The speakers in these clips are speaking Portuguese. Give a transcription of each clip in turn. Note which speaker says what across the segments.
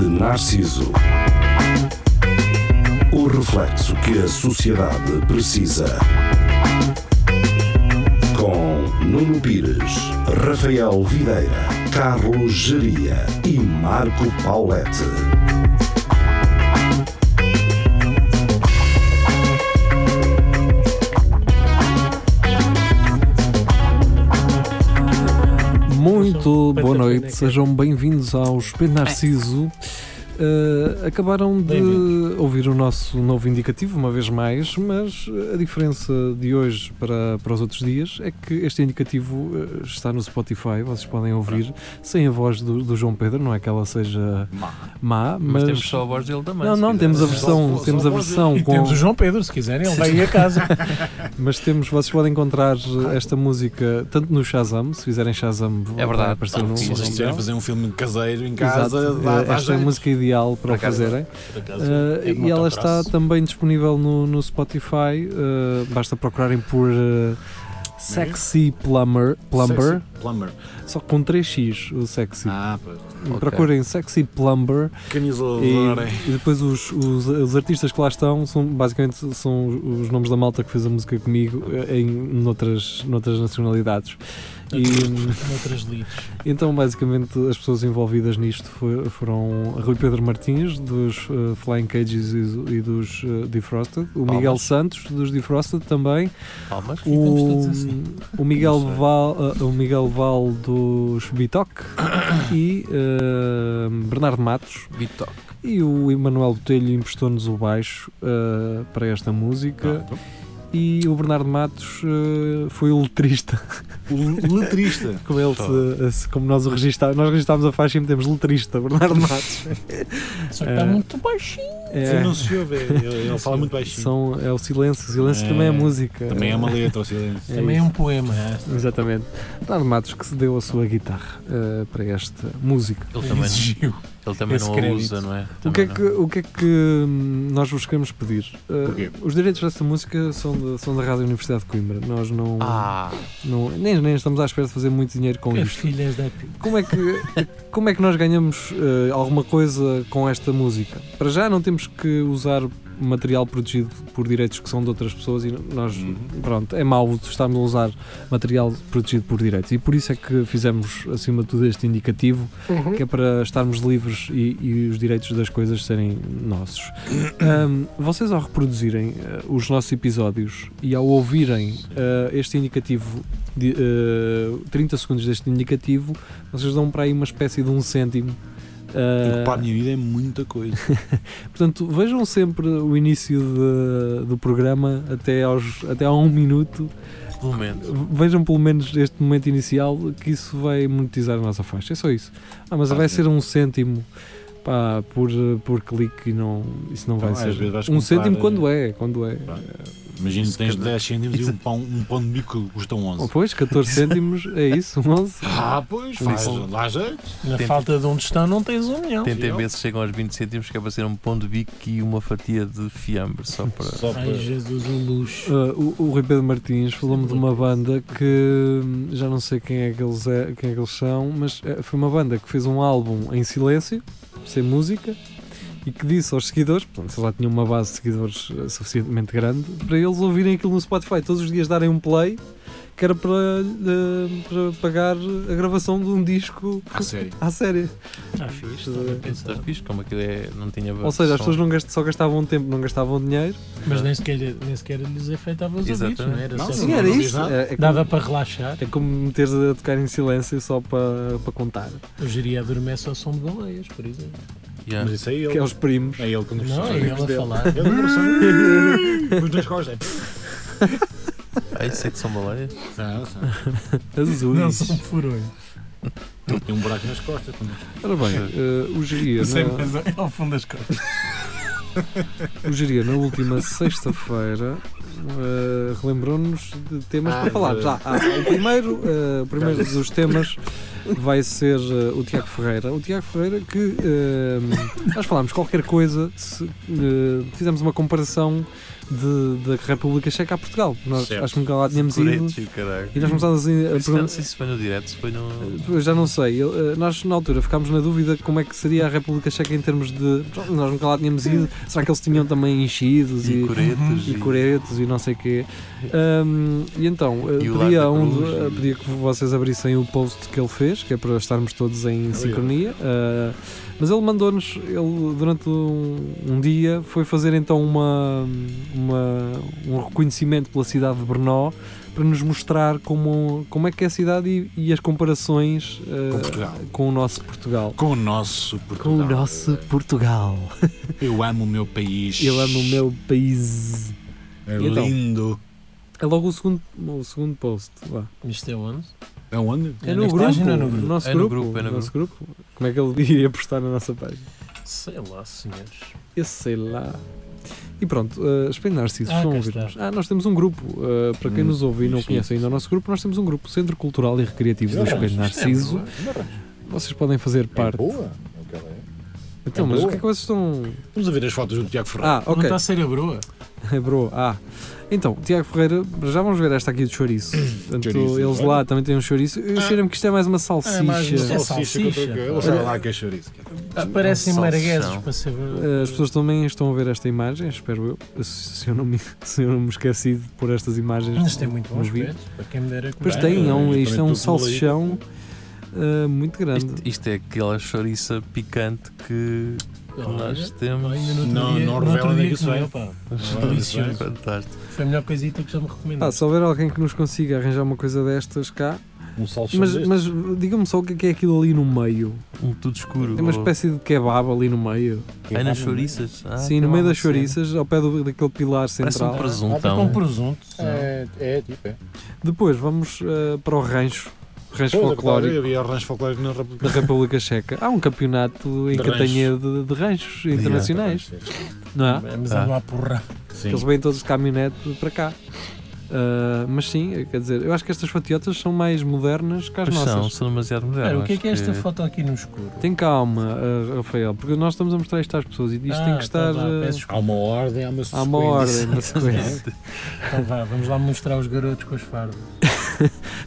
Speaker 1: Narciso. O reflexo que a sociedade precisa. Com Nuno Pires, Rafael Videira, Carlos Geria e Marco Paulette.
Speaker 2: Muito
Speaker 3: Espetacular,
Speaker 2: boa
Speaker 3: né,
Speaker 2: noite,
Speaker 3: cara?
Speaker 2: sejam bem-vindos ao Espelho Narciso. Uh, acabaram de
Speaker 3: Bem-vindos.
Speaker 2: ouvir o nosso novo indicativo, uma vez mais, mas a diferença de hoje para, para os outros dias é que este indicativo uh, está no Spotify, vocês podem ouvir sem a voz do, do João Pedro, não é que ela seja
Speaker 4: Má.
Speaker 2: má, mas.
Speaker 4: Mas, temos só a voz dele também.
Speaker 2: não,
Speaker 4: se
Speaker 2: não,
Speaker 4: quiser.
Speaker 2: temos a
Speaker 4: Só-
Speaker 2: versão,
Speaker 4: só-
Speaker 2: temos
Speaker 4: só
Speaker 2: a
Speaker 4: a voz
Speaker 2: versão
Speaker 3: E
Speaker 2: com.
Speaker 3: temos o João Pedro, se quiserem, ele vai ir a casa.
Speaker 2: Mas temos, vocês podem encontrar uh, esta música tanto no Shazam, se fizerem Shazam, vai
Speaker 4: É verdade.
Speaker 2: aparecer no,
Speaker 4: Sim,
Speaker 5: Se vocês
Speaker 2: no
Speaker 4: sim.
Speaker 2: Shazam.
Speaker 5: estiverem a fazer um filme caseiro em
Speaker 2: Exato.
Speaker 5: casa, dá,
Speaker 2: Eh,
Speaker 5: dá
Speaker 2: Esta é a
Speaker 5: jeito.
Speaker 2: música ideal para
Speaker 4: Por acaso,
Speaker 2: fazerem.
Speaker 5: Por acaso,
Speaker 2: Eh,
Speaker 5: é
Speaker 2: e ela está
Speaker 5: mototraço.
Speaker 2: também disponível no, no Spotify. eh, basta procurarem por eh, Sexy Plumber, Plumber
Speaker 5: É Sexy Plumber.
Speaker 2: só com 3x o Sexy.
Speaker 5: Ah, pois.
Speaker 2: Procurem Sexy Plumber
Speaker 5: Camisadora.
Speaker 2: e, e depois os, os, os artistas que lá estão são basicamente são os nomes da malta que fez a música comigo eh, em noutras, noutras nacionalidades. E, hum, um
Speaker 3: Noutras leads.
Speaker 2: Então, basicamente, as pessoas envolvidas nisto fo- foram Rui Pedro Martins, dos eh, Flying Cages e, do- e dos eh, Defrosted, o
Speaker 4: Palmas.
Speaker 2: Miguel Santos, dos Defrosted também,
Speaker 4: Palmas.
Speaker 3: estamos todos
Speaker 2: o,
Speaker 3: assim?
Speaker 2: o, Miguel
Speaker 4: Não sei.
Speaker 2: Val, eh, o Miguel Val, dos Bitoc e eh, Bernardo Matos.
Speaker 4: Vitor.
Speaker 2: E o Emanuel Botelho emprestou-nos o baixo eh, para esta música.
Speaker 5: Pronto.
Speaker 2: E o Bernardo Matos eh, foi o letrista.
Speaker 5: O letrista.
Speaker 2: Como, ele se- se- como nós o registámos, nós registámos a faixa e metemos letrista, Bernardo Matos.
Speaker 3: Só que
Speaker 2: Eh,
Speaker 3: está muito baixinho.
Speaker 2: É,
Speaker 5: Não se ouve, ele ele fala muito baixinho.
Speaker 2: são, é o silêncio, o silêncio
Speaker 5: É,
Speaker 2: também é música.
Speaker 5: Também é uma letra, o silêncio.
Speaker 2: É
Speaker 3: Também é
Speaker 2: isso.
Speaker 3: um poema. é.
Speaker 2: Exatamente. Bernardo Matos que se deu a sua guitarra eh, para esta música.
Speaker 4: Ele também,
Speaker 3: exigiu.
Speaker 4: ele também
Speaker 3: esse
Speaker 4: não a
Speaker 3: crédito.
Speaker 4: usa, não é?
Speaker 2: O que é
Speaker 4: Também
Speaker 2: que, o que é que hum, nós vos queremos pedir? Eh,
Speaker 5: Porquê?
Speaker 2: os direitos desta música são, de- são da Rádio Universidade de Coimbra. Nós não,
Speaker 4: não. Ah,
Speaker 2: não- nem, nem estamos à espera de fazer muito dinheiro com
Speaker 3: As
Speaker 2: isto.
Speaker 3: filhas da p-
Speaker 2: Como é que, como é que nós ganhamos eh, alguma coisa com esta música? Para já não temos que usar material protegido por direitos que são de outras pessoas e nós,
Speaker 5: Uhum.
Speaker 2: pronto, é mau estarmos a usar material protegido por direitos e por isso é que fizemos, acima de tudo, este indicativo, que é para estarmos livres e, e os direitos das coisas serem nossos. Ahm, vocês, ao reproduzirem eh, os nossos episódios e ao ouvirem eh, este indicativo, de, eh, 30 segundos deste indicativo, vocês dão para aí uma espécie de um cêntimo. Ah,
Speaker 5: Para a minha vida é muita coisa.
Speaker 2: portanto, vejam sempre o início de- do programa até, aos, até a um minuto.
Speaker 4: pelo menos.
Speaker 2: Vejam pelo menos este momento inicial que isso vai monetizar a nossa faixa. É só isso. Ah, mas
Speaker 5: Ah,
Speaker 2: vai
Speaker 5: sim.
Speaker 2: ser um cêntimo pá, por, por clique e não, isso não
Speaker 5: Então,
Speaker 2: vai
Speaker 5: às vezes vais
Speaker 2: ser. Um cêntimo
Speaker 5: comprar,
Speaker 2: quando é, quando é.
Speaker 5: Pronto. Imagina que tens
Speaker 2: Isso,
Speaker 5: 10 cêntimos e um
Speaker 2: Exato.
Speaker 5: pão, um pão de bico custa
Speaker 2: Oh,
Speaker 5: 11.
Speaker 2: pois, 14 cêntimos, é isso, 11.
Speaker 5: Ah, pois,
Speaker 2: Por
Speaker 5: faz,
Speaker 4: isso-
Speaker 5: dá jeito.
Speaker 3: Na
Speaker 4: Tenta-
Speaker 3: falta de onde estão, não tens um milhão.
Speaker 4: Tentem
Speaker 5: eu?
Speaker 4: ver se chegam aos 20 cêntimos, que é para ser um pão de bico e uma fatia de fiambre, só para.
Speaker 5: Só para...
Speaker 3: Ai, Jesus, o luxo.
Speaker 2: Ah, o, o Rui Pedro Martins falou-me de uma banda que hum, já não sei quem é que eles, é- quem é que eles são, mas eh, foi uma banda que fez um álbum em silêncio, sem música, e que disse aos seguidores, portanto, se lá tinham uma base de seguidores eh, suficientemente grande, para eles ouvirem aquilo no Spotify, todos os dias darem um play, que era para, eh, para pagar a gravação de um disco
Speaker 5: Ah, sério.
Speaker 2: à série.
Speaker 3: Ah, fixe.
Speaker 4: Estás fixe? Como aquilo é. Não tinha
Speaker 2: Ou seja, as pessoas não gast- só gastavam tempo, não gastavam dinheiro.
Speaker 3: Mas nem sequer, nem sequer lhes afetava os ouvidos,
Speaker 4: Exatamente.
Speaker 3: não era?
Speaker 5: Não,
Speaker 3: só
Speaker 5: sim,
Speaker 3: para-
Speaker 5: era isso.
Speaker 2: É, é como-
Speaker 3: Dava para relaxar.
Speaker 2: É como meteres a tocar em silêncio só para, para contar.
Speaker 3: Eu iria adormece ao som de baleias, por exemplo.
Speaker 5: Mas
Speaker 4: Yeah.
Speaker 5: isso é ele.
Speaker 2: Que é os primos.
Speaker 5: É ele que nos
Speaker 3: Não, é
Speaker 5: ele.
Speaker 3: ele a falar.
Speaker 5: Ele conversou. Pus nas costas. é
Speaker 4: Ah, isso é que são baleias.
Speaker 5: Não, não.
Speaker 2: Azuis.
Speaker 3: Não são furões.
Speaker 5: Tem um buraco nas costas.
Speaker 2: Ora bem, eh, o Geria,
Speaker 3: Sei,
Speaker 2: na,
Speaker 3: mas é ao fundo das costas.
Speaker 2: o Geria, na última sexta-feira eh, relembrou-nos de temas
Speaker 5: Ah,
Speaker 2: para falarmos.
Speaker 5: é.
Speaker 2: Ah, ah, o primeiro, eh, o primeiro dos temas vai ser eh, o Tiago Ferreira. O Tiago Ferreira que eh, nós falámos qualquer coisa, se, eh, fizemos uma comparação de- da República Checa a Portugal. Nós
Speaker 5: Certo.
Speaker 2: acho que nunca lá tínhamos ido.
Speaker 4: Coretos e o caralho.
Speaker 2: E nós começámos assim a
Speaker 4: Isso não
Speaker 2: perguntar.
Speaker 4: sei se foi no direto, se foi no.
Speaker 2: Eu Já não sei, eu, eh, nós na altura ficámos na dúvida como é que seria a República Checa em termos de. Nós nunca lá tínhamos ido, será que eles tinham também enchidos
Speaker 4: E
Speaker 2: e, Uhum.
Speaker 4: coretos.
Speaker 2: e coretos e não sei o quê. Ahm, e então, eh,
Speaker 4: E o
Speaker 2: pedia,
Speaker 4: Lar
Speaker 2: a
Speaker 4: da
Speaker 2: um,
Speaker 4: Cruz
Speaker 2: de-
Speaker 4: e-
Speaker 2: eh, pedia que vocês abrissem o post que ele fez, que é para estarmos todos em sincronia. Ah, mas ele mandou-nos, ele durante um, um dia foi fazer então uma, uma- um reconhecimento pela cidade de Brno para nos mostrar como, como é que é a cidade e, e as comparações ah,
Speaker 5: Com Portugal.
Speaker 2: com o nosso Portugal.
Speaker 5: Com o nosso Portugal.
Speaker 2: Com o nosso Portugal.
Speaker 5: Eu amo o meu país.
Speaker 2: Eu amo o meu país.
Speaker 5: É
Speaker 2: E então?
Speaker 5: lindo.
Speaker 2: É logo o segundo, o segundo post. Vá.
Speaker 3: Isto é onde?
Speaker 5: É onde?
Speaker 2: É no grupo.
Speaker 3: nesta página ou no grupo?
Speaker 2: Nosso
Speaker 4: É no
Speaker 2: grupo.
Speaker 4: grupo, é no
Speaker 2: nosso grupo. Como é que ele iria postar na nossa página?
Speaker 3: Sei lá, senhores.
Speaker 2: Eu sei lá. E pronto, uh, Espelho Narciso,
Speaker 3: Ah,
Speaker 2: estão a
Speaker 3: cá
Speaker 2: ouvir-nos.
Speaker 3: está.
Speaker 2: Ah, nós temos um grupo, uh, para quem
Speaker 4: Hum,
Speaker 2: nos ouve e não
Speaker 5: isso,
Speaker 2: conhece ainda o nosso grupo, nós temos um grupo, Centro Cultural e Recreativo
Speaker 5: É,
Speaker 2: do
Speaker 6: é
Speaker 2: Espelho Narciso. Vocês podem fazer parte.
Speaker 5: boa. É o que ela é.
Speaker 2: Então,
Speaker 5: É
Speaker 2: mas o
Speaker 5: boa.
Speaker 2: que é que vocês estão.
Speaker 5: Vamos a ver as fotos do Tiago Ferreira.
Speaker 2: Ah,
Speaker 3: Não
Speaker 2: ok.
Speaker 3: está a ser a broa?
Speaker 2: Bro, ah. Então, Tiago Ferreira, já vamos ver esta aqui do chouriço. Portanto,
Speaker 5: Chouriço,
Speaker 2: eles
Speaker 5: claro.
Speaker 2: lá também têm um chouriço. Eu cheiro-me que isto é mais uma salsicha.
Speaker 5: é mais uma
Speaker 3: salsicha.
Speaker 5: salsicha que eu estou a Ele sabe lá que é chouriço.
Speaker 3: Parecem
Speaker 4: salsichão.
Speaker 3: margueses para ser broa.
Speaker 2: Uh, As pessoas também estão a ver esta imagem, espero eu. Se se eu não me, se eu não me esqueci de pôr estas imagens.
Speaker 3: Mas tem muito bons
Speaker 2: no vídeo.
Speaker 3: pés. Para quem me dera
Speaker 2: Pois
Speaker 5: Bem,
Speaker 2: tem, é um,
Speaker 5: eu
Speaker 2: isto é
Speaker 5: também
Speaker 2: um
Speaker 5: estou com leite.
Speaker 2: salsichão uh, muito grande.
Speaker 4: Isto, isto é aquela chouriça picante que nós temos. é
Speaker 5: Não- não revela onde é que isso vem.
Speaker 3: Delicioso.
Speaker 4: Fantástico.
Speaker 3: Foi a melhor coisita que já me
Speaker 2: Pá,
Speaker 3: recomendaste.
Speaker 2: se houver alguém que nos consiga arranjar uma coisa destas cá.
Speaker 5: Um salsichão
Speaker 2: Mas,
Speaker 5: deste.
Speaker 2: mas diga-me só o que é que é aquilo ali no meio.
Speaker 4: Um tudo escuro.
Speaker 2: É uma espécie de kebab ali no meio.
Speaker 3: É
Speaker 4: Ah, nas
Speaker 3: né?
Speaker 4: chouriças. Ah,
Speaker 2: Sim,
Speaker 4: tem
Speaker 2: no meio
Speaker 4: lá
Speaker 2: das
Speaker 4: uma cena.
Speaker 2: chouriças, ao pé do, daquele pilar
Speaker 4: Parece um
Speaker 2: central.
Speaker 4: presuntão.
Speaker 3: Com presunto. não?
Speaker 5: É, é tipo, é.
Speaker 2: Depois vamos uh, para o rancho. Rancho
Speaker 5: Pois, é verdade,
Speaker 2: folclórico.
Speaker 5: Havia rancho folclórico na República.
Speaker 2: da República Checa. Há um campeonato em
Speaker 5: De
Speaker 2: Catanha de, de ranchos internacionais, não é?
Speaker 3: Vamos
Speaker 4: Ah.
Speaker 3: andar a porra.
Speaker 5: Sim.
Speaker 2: Eles vêm todos de caminhonete para cá. Ah, mas sim, quer dizer, eu acho que estas fatiotas são mais modernas que as
Speaker 4: Pois são,
Speaker 2: nossas.
Speaker 4: são demasiado modernos.
Speaker 3: Espera, o que é que é esta
Speaker 4: acho
Speaker 3: foto aqui no escuro?
Speaker 2: Tem calma, ah, Rafael, porque nós estamos a mostrar isto às pessoas e isto
Speaker 3: Ah,
Speaker 2: tem que estar.
Speaker 3: então vá,
Speaker 2: ah,
Speaker 3: peço
Speaker 5: Há uma ordem, há uma
Speaker 2: Há uma ordem
Speaker 5: sequência.
Speaker 2: na sequência.
Speaker 3: desculpa. Então vá, vamos lá mostrar os garotos com as fardas,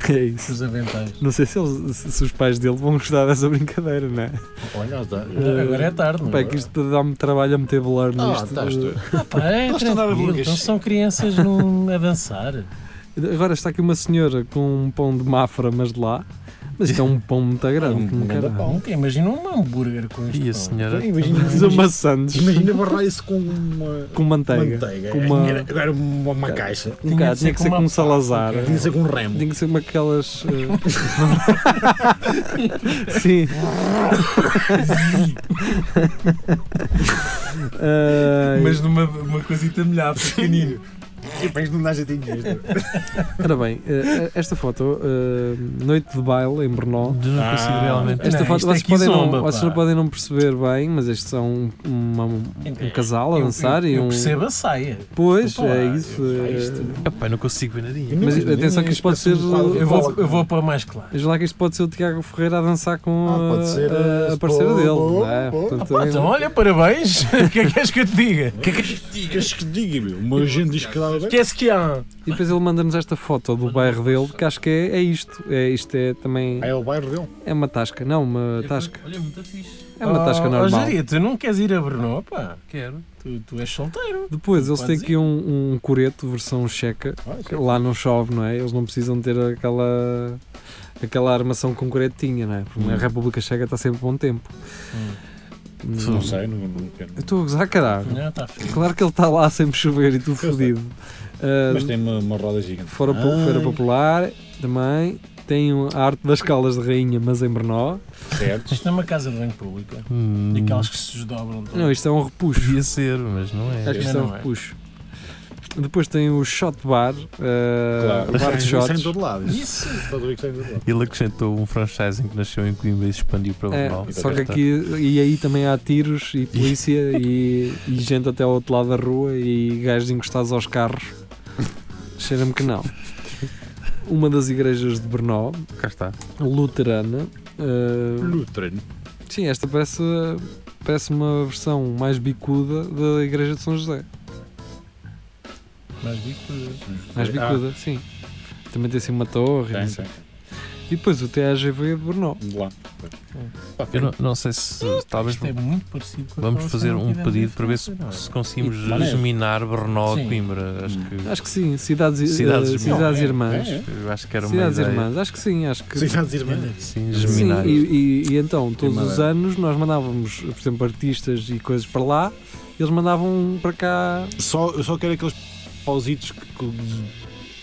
Speaker 2: é isso.
Speaker 3: com os aventais.
Speaker 2: Não sei se, eles- se- se os pais dele vão gostar dessa brincadeira, não é?
Speaker 5: Olha, dá.
Speaker 6: Eh,
Speaker 3: Agora é tarde, não
Speaker 2: Pá,
Speaker 3: é?
Speaker 2: é que isto dá-me trabalho a meter blur
Speaker 5: Ah,
Speaker 2: nisto.
Speaker 6: tá,
Speaker 5: estás tu.
Speaker 3: Ah, pá, é
Speaker 5: Eles estão a dar
Speaker 3: tranquilo,
Speaker 5: bugas.
Speaker 3: então são crianças num, a dançar.
Speaker 2: Agora está aqui uma senhora com um pão de mafra, mas de lá. Mas isto é um pão muito grande.
Speaker 5: Um
Speaker 2: como
Speaker 5: grande
Speaker 2: caralho.
Speaker 5: pão.
Speaker 3: Nunca imagina um hambúrguer com este
Speaker 4: E
Speaker 3: pão.
Speaker 4: a senhora.
Speaker 6: um
Speaker 5: Imagina,
Speaker 2: Mas é uma sandes
Speaker 5: imagina barrar isso com uma
Speaker 2: com manteiga.
Speaker 5: manteiga.
Speaker 6: é
Speaker 2: Com uma-
Speaker 5: Era- Era uma, uma caixa.
Speaker 2: Um bocado, tinha que ser com um
Speaker 3: uma
Speaker 2: Salazar.
Speaker 5: Tinha que ser com um remo.
Speaker 2: Tinha que ser uma aquelas. eh, Sim. Ai,
Speaker 3: numa uma coisita melhor, pequenino.
Speaker 5: E depois não dá jeitinho mesmo.
Speaker 2: Ora bem, eh, esta foto, eh, Noite de Baile em Brno.
Speaker 4: Eu não consigo
Speaker 5: Ah,
Speaker 4: realmente.
Speaker 2: Esta
Speaker 3: Não,
Speaker 2: foto
Speaker 3: isto
Speaker 2: vocês,
Speaker 3: aqui
Speaker 2: podem
Speaker 3: zomba,
Speaker 2: não, vocês
Speaker 3: pá.
Speaker 2: não podem não perceber bem, mas estes são um, uma- um- um casal a dançar
Speaker 3: É, eu,
Speaker 2: e
Speaker 3: eu
Speaker 2: um.
Speaker 3: percebo a saia.
Speaker 2: Pois,
Speaker 3: Opa,
Speaker 2: é
Speaker 3: eu-
Speaker 2: isso.
Speaker 5: é
Speaker 2: eh,
Speaker 5: isto.
Speaker 4: Epá, eu não consigo ver nadinha.
Speaker 2: Mas atenção que isto pode ser-
Speaker 3: Eu vou, eu vou para mais claro.
Speaker 2: Veja lá que isto pode ser o Tiago Ferreira a dançar com
Speaker 5: Ah,
Speaker 2: a-
Speaker 5: pode ser,
Speaker 2: a,
Speaker 5: eh,
Speaker 2: a parceira
Speaker 5: pô,
Speaker 2: dele.
Speaker 5: pô,
Speaker 2: não é?
Speaker 5: pô.
Speaker 2: Portanto,
Speaker 3: Pá,
Speaker 2: também-
Speaker 3: então olha, parabéns. O que é que queres que eu te diga?
Speaker 5: que é que isto diga? que diga, meu? Uma gente diz que
Speaker 6: é
Speaker 5: dava bem.
Speaker 3: Esquece que há.
Speaker 2: E depois ele manda-nos esta foto do bairro dele, que acho que é, é isto. É, isto é também.
Speaker 5: Ah, É o bairro dele.
Speaker 2: É uma tasca, não, uma tasca.
Speaker 4: Olha, muito fixe.
Speaker 2: É uma tasca
Speaker 5: Ah,
Speaker 3: Oh, oh,
Speaker 2: normal.
Speaker 3: Jaria, tu não queres ir a Brno, pá.
Speaker 4: Quero.
Speaker 3: Tu, tu és solteiro.
Speaker 2: Depois eles
Speaker 3: Pode
Speaker 2: têm
Speaker 3: ser.
Speaker 2: aqui um, um coreto, versão checa.
Speaker 5: Ah,
Speaker 2: que Lá não chove, não é? Eles não precisam ter aquela. Aquela armação com coreto tinha, não é? Porque a República Checa está sempre bom tempo.
Speaker 5: sim. Não sei, não, não quero.
Speaker 2: Eu estou a gozar, caralho.
Speaker 3: Não, está feio.
Speaker 2: Claro que ele está lá sempre chover e tudo
Speaker 5: sei.
Speaker 2: fodido. Ah,
Speaker 5: Mas tem uma, uma roda gigante. Ah,
Speaker 2: Fora po-
Speaker 5: Ai,
Speaker 2: Feira Popular também. Tem um- a arte das caldas de rainha, mas em Brno.
Speaker 5: Certo.
Speaker 3: Isto é uma casa de banho pública.
Speaker 4: Hum,
Speaker 3: E aquelas que se desdobram. todas.
Speaker 2: Não, isto é um repuxo.
Speaker 4: Podia ser, mas não é.
Speaker 2: Acho que isto é um
Speaker 3: Não é.
Speaker 2: repuxo. Depois tem o shot bar, uh,
Speaker 5: Mas
Speaker 2: bar
Speaker 5: tem-
Speaker 2: de
Speaker 5: isso é tem em
Speaker 2: shots.
Speaker 5: todo lado. Isso.
Speaker 3: Isso.
Speaker 5: Todo o que tem em todo lado.
Speaker 4: Ele acrescentou um franchising que nasceu em Coimbra e se expandiu para o
Speaker 2: É,
Speaker 4: Portugal.
Speaker 2: só que aqui e aí também há tiros e polícia e, e gente até ao outro lado da rua e gajos encostados aos carros. Cheira-me que não. Uma das igrejas de Brno,
Speaker 4: Cá está.
Speaker 2: luterana, eh,
Speaker 5: Lutrano.
Speaker 2: sim, esta parece, parece uma versão mais bicuda da Igreja de São José.
Speaker 3: Mais bico.
Speaker 2: Mais bicuda, sim. Também tem assim uma torre.
Speaker 5: É, Ah, Tem,
Speaker 2: e-
Speaker 5: tem.
Speaker 2: E depois o TAGV de Brno.
Speaker 5: De lá. Pá,
Speaker 4: Eu não, não sei se talvez
Speaker 3: Isto é muito parecido com
Speaker 4: vamos
Speaker 3: aquela
Speaker 4: fazer
Speaker 3: cena que
Speaker 4: um
Speaker 3: tivemos
Speaker 4: pedido
Speaker 3: em
Speaker 4: para ver se,
Speaker 3: França, não é?
Speaker 4: se conseguimos
Speaker 5: E de maneira.
Speaker 4: eliminar Brno de
Speaker 3: Sim.
Speaker 4: Coimbra. Acho que,
Speaker 2: Acho que sim, cidades, eh,
Speaker 4: Cidades
Speaker 2: cidades,
Speaker 4: Irmãs.
Speaker 2: irmãs.
Speaker 5: É, é.
Speaker 4: eu acho que era uma
Speaker 2: Cidades
Speaker 4: ideia.
Speaker 2: irmãs, acho que sim, acho que
Speaker 5: Cidades
Speaker 3: Olha,
Speaker 5: Irmãs.
Speaker 4: Sim,
Speaker 2: Sim,
Speaker 4: germinar.
Speaker 2: e, e- e então, todos os
Speaker 5: Madeira.
Speaker 2: anos, nós mandávamos, por exemplo, artistas e coisas para lá, eles mandavam para cá
Speaker 5: Só, eu só quero aqueles pausitos que. que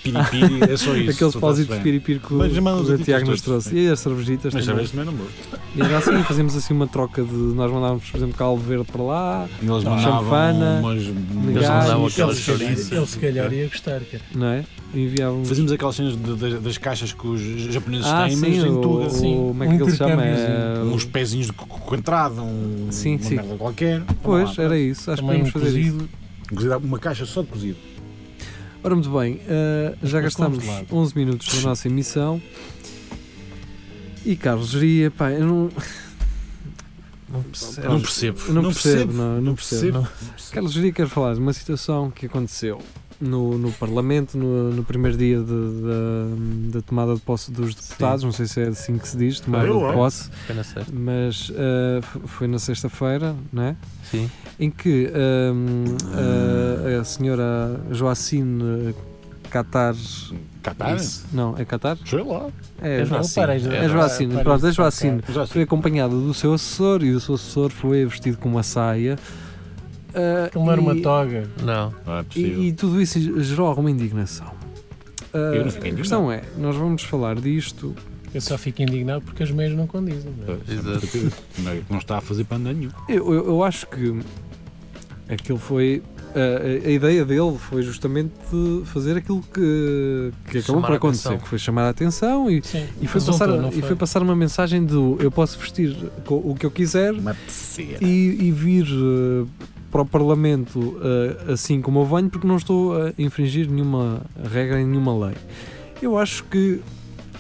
Speaker 5: de piripiri, é só isso.
Speaker 2: aqueles
Speaker 5: só
Speaker 2: pausitos de
Speaker 5: está-se bem.
Speaker 2: piripir que o,
Speaker 5: Mas já mandam os
Speaker 2: que o
Speaker 5: artistas
Speaker 2: Tiago nos
Speaker 5: todos,
Speaker 2: trouxe.
Speaker 5: sim.
Speaker 2: E as cervejitas
Speaker 5: Mas
Speaker 2: também.
Speaker 5: sabes também não vou.
Speaker 2: E era assim, fazíamos assim uma troca de. Nós mandávamos, por exemplo, Calvo Verde para lá,
Speaker 5: Eles
Speaker 2: mandavam Chanfana,
Speaker 5: umas.
Speaker 2: Eles mandavam
Speaker 3: Ele
Speaker 4: aquelas
Speaker 3: se calhar-
Speaker 4: chouriças.
Speaker 3: ele se calhar ia gostar, cara.
Speaker 2: não é? Enviávamos.
Speaker 5: Fazíamos aquelas cenas de- de- das caixas que os japoneses
Speaker 2: ah,
Speaker 5: têm,
Speaker 2: sim,
Speaker 5: mas em
Speaker 2: o,
Speaker 5: tudo.
Speaker 2: o-
Speaker 5: assim.
Speaker 2: como é que
Speaker 3: Um
Speaker 2: ele se chama?
Speaker 3: intercâmbiozinho.
Speaker 2: É, o-
Speaker 5: Uns pezinhos de co- co- entrada, um,
Speaker 2: Sim,
Speaker 5: uma
Speaker 2: sim.
Speaker 5: merda qualquer.
Speaker 2: Pois,
Speaker 5: Vamos lá.
Speaker 2: era isso, acho que podíamos
Speaker 3: Também um
Speaker 2: fazer isso.
Speaker 3: cozido.
Speaker 5: Cozido, uma caixa só de cozido.
Speaker 2: Ora, muito bem, ah, já
Speaker 3: Mas vamos
Speaker 2: gastámos
Speaker 3: lá.
Speaker 2: 11 minutos da nossa emissão. E Carlos Geria, pá, eu não,
Speaker 4: Não percebo.
Speaker 5: Não percebo.
Speaker 2: eu não, percebo, não, eu não
Speaker 5: Não
Speaker 2: percebo.
Speaker 5: percebo.
Speaker 2: Carlos Geria quer falar de uma situação que aconteceu no, no Parlamento, no, no primeiro dia de- da- da tomada de posse dos deputados, não sei se é assim que se diz, tomada
Speaker 5: Eu,
Speaker 2: de
Speaker 5: é.
Speaker 2: posse,
Speaker 4: Foi na sexta.
Speaker 2: mas ah, f- foi na sexta-feira, não é?
Speaker 4: Sim.
Speaker 2: em que hum, a- a senhora Joacine Catar,
Speaker 5: Catar?
Speaker 4: Isso.
Speaker 2: não, é Catar?
Speaker 5: Tá, né? Sei lá.
Speaker 2: É,
Speaker 4: És Joacine.
Speaker 3: pareis de-
Speaker 2: É
Speaker 4: És Joacine.
Speaker 2: Joacine,
Speaker 3: Parece-
Speaker 2: pronto, é Joacine.
Speaker 5: Já sei.
Speaker 2: Foi acompanhada do seu assessor e o seu assessor foi vestido com uma saia. Ah,
Speaker 3: Aquilo não era uma
Speaker 2: e-
Speaker 3: toga.
Speaker 4: Não.
Speaker 5: Não é
Speaker 2: e, e tudo isso gerou alguma indignação. Ah,
Speaker 5: Eu não fiquei
Speaker 2: a questão é, nós vamos falar disto.
Speaker 3: Eu só fico indignado porque as meias não condizem. não é?
Speaker 4: Exato.
Speaker 5: Não, é que não está a fazer para nenhum.
Speaker 2: Eu, eu- eu acho que aquilo foi. ah, a, a ideia dele foi justamente fazer aquilo que, que acabou
Speaker 4: Chamar
Speaker 2: por
Speaker 4: a
Speaker 2: acontecer,
Speaker 4: atenção.
Speaker 2: que foi chamar a atenção e,
Speaker 3: Sim,
Speaker 2: e foi,
Speaker 3: resultou,
Speaker 2: passar,
Speaker 3: não
Speaker 2: e foi passar uma mensagem do eu posso vestir co- o que eu quiser
Speaker 5: Uma peceira.
Speaker 2: e, e vir eh, para o Parlamento eh, assim como eu venho, porque não estou a infringir nenhuma regra e nenhuma lei. Eu acho que,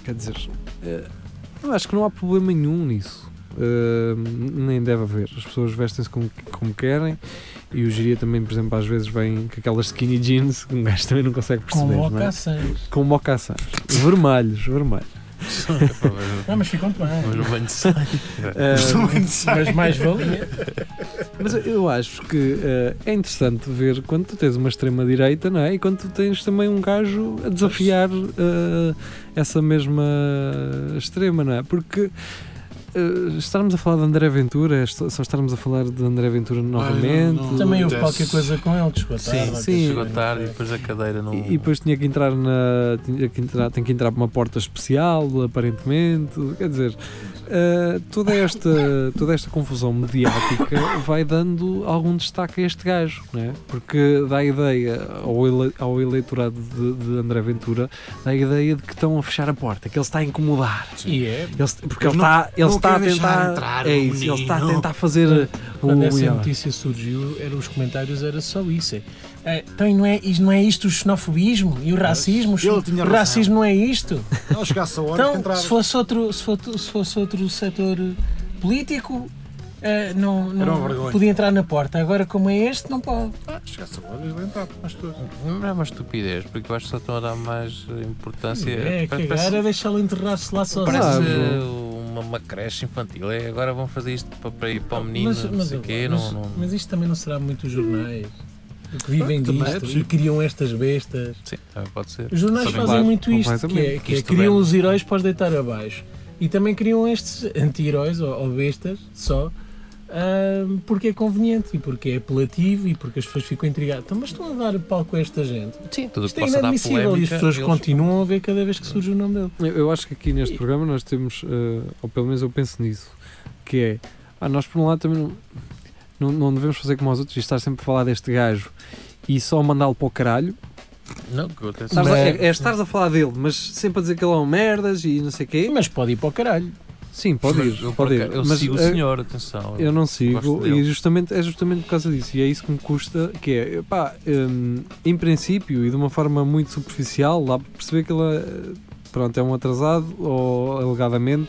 Speaker 2: quer dizer, eh, eu acho que não há problema nenhum nisso. Eh, nem deve haver. As pessoas vestem-se como, como querem e o Giria também, por exemplo, às vezes vem com aquelas skinny jeans que um gajo também não consegue
Speaker 3: Com
Speaker 2: perceber. não é?
Speaker 3: mocações.
Speaker 2: Com mocaçãs. Vermelhos, vermelhos.
Speaker 3: Não, Ah, mas ficam
Speaker 4: É Mas
Speaker 3: bem.
Speaker 4: não banho de saia.
Speaker 2: Eh,
Speaker 3: Mas mais valia.
Speaker 2: Mas eu- eu acho que eh, é interessante ver quando tu tens uma extrema-direita, não é? E quando tu tens também um gajo a desafiar eh, essa mesma extrema, não é? Porque eh, estarmos a falar de André Ventura, é só só estarmos a falar de André Ventura novamente.
Speaker 5: não.
Speaker 3: Também houve
Speaker 5: Acontece.
Speaker 3: qualquer coisa com ele, chegou
Speaker 4: Sim,
Speaker 3: tarde.
Speaker 2: sim.
Speaker 4: chegou tarde e depois a cadeira não.
Speaker 2: E, e depois tinha que entrar na. Tinha que entrar, tem que entrar por uma porta especial, aparentemente. Quer dizer, eh, toda, esta, toda esta confusão mediática vai dando algum destaque a este gajo, não é? Porque dá a ideia ao, ele- ao eleitorado de, de André Ventura, dá a ideia de que estão a fechar a porta, que ele está a incomodar.
Speaker 3: E é.
Speaker 2: Ele se- porque ele
Speaker 5: não-
Speaker 2: está, ele
Speaker 5: não
Speaker 2: está a
Speaker 5: quero deixar
Speaker 2: tentar.
Speaker 5: entrar,
Speaker 2: é
Speaker 5: meu
Speaker 2: isso, ele está a
Speaker 5: menino. é
Speaker 2: tentar fazer. um o
Speaker 3: Quando essa
Speaker 2: melhor.
Speaker 3: notícia surgiu, era, os comentários era só isso. é, "Ah, Então e não é, isto não é isto o xenofobismo e o racismo?
Speaker 5: Ele tinha
Speaker 3: o
Speaker 5: razão.
Speaker 3: racismo não é isto.
Speaker 5: Ela chegasse a hora que
Speaker 3: Então,
Speaker 5: entrava.
Speaker 3: se fosse outro, se fosse, se fosse outro setor político, eh, não,
Speaker 5: Era
Speaker 3: não
Speaker 5: uma vergonha.
Speaker 3: podia entrar na porta. Agora, como é este, não pode.
Speaker 5: Ah, chegasse a hora, eles entravam. Mas tu.
Speaker 4: Não é uma estupidez, porque eu acho que só estão a dar mais eh, importância.
Speaker 3: É,
Speaker 4: Parece-
Speaker 3: cagar, é deixá-lo enterrar-se lá sozinho.
Speaker 4: Parece
Speaker 2: Sabe?
Speaker 4: eh, uma, uma creche infantil. É, agora vão fazer isto para, para ir para o menino,
Speaker 3: Mas-
Speaker 4: não
Speaker 3: mas-
Speaker 4: sei o quê.
Speaker 3: mas-
Speaker 4: não, não-
Speaker 3: mas isto também não será muito os jornais que vivem
Speaker 5: Também é
Speaker 3: disto e
Speaker 5: possível.
Speaker 3: criam estas bestas.
Speaker 4: Sim, também pode ser.
Speaker 3: Os jornais
Speaker 4: Também
Speaker 3: fazem
Speaker 2: claro,
Speaker 3: muito isto, que é,
Speaker 2: completamente.
Speaker 3: que é,
Speaker 4: Isto
Speaker 3: criam
Speaker 4: também-
Speaker 3: os heróis para os deitar abaixo. E também criam estes anti-heróis ou, ou bestas só ahm, porque é conveniente e porque é apelativo e porque as pessoas ficam intrigadas. Então, mas estão a dar palco a esta gente.
Speaker 4: Sim, tudo o
Speaker 3: Isto
Speaker 4: que
Speaker 3: é
Speaker 4: possa dar
Speaker 3: inadmissível
Speaker 4: polémica.
Speaker 3: e as pessoas
Speaker 4: eles-
Speaker 3: continuam a ver cada vez que surge o nome dele.
Speaker 2: Eu, eu acho que aqui neste programa nós temos, eh, ou pelo menos eu penso nisso, que é, ah, nós por um lado também não, não, não devemos fazer como os outros e estar sempre a falar deste gajo e só mandá-lo para o caralho.
Speaker 4: Não, que eu até sei.
Speaker 2: Estás a-
Speaker 3: Mas-
Speaker 2: é, é estares a falar dele, mas sempre a dizer que ele é um merdas e não sei o quê.
Speaker 3: Mas pode ir para o caralho.
Speaker 2: Sim, pode
Speaker 4: Mas
Speaker 2: ir,
Speaker 4: eu, por
Speaker 2: pode ir.
Speaker 4: acaso, eu
Speaker 2: mas,
Speaker 4: sigo o
Speaker 2: eh,
Speaker 4: senhor, atenção.
Speaker 2: Eu não
Speaker 4: Gosto
Speaker 2: sigo
Speaker 4: dele.
Speaker 2: e justamente, é justamente por causa disso e é isso que me custa, que é, pá, hum, em princípio e de uma forma muito eh, superficial, dá para perceber que ele é, pronto, é um atrasado ou alegadamente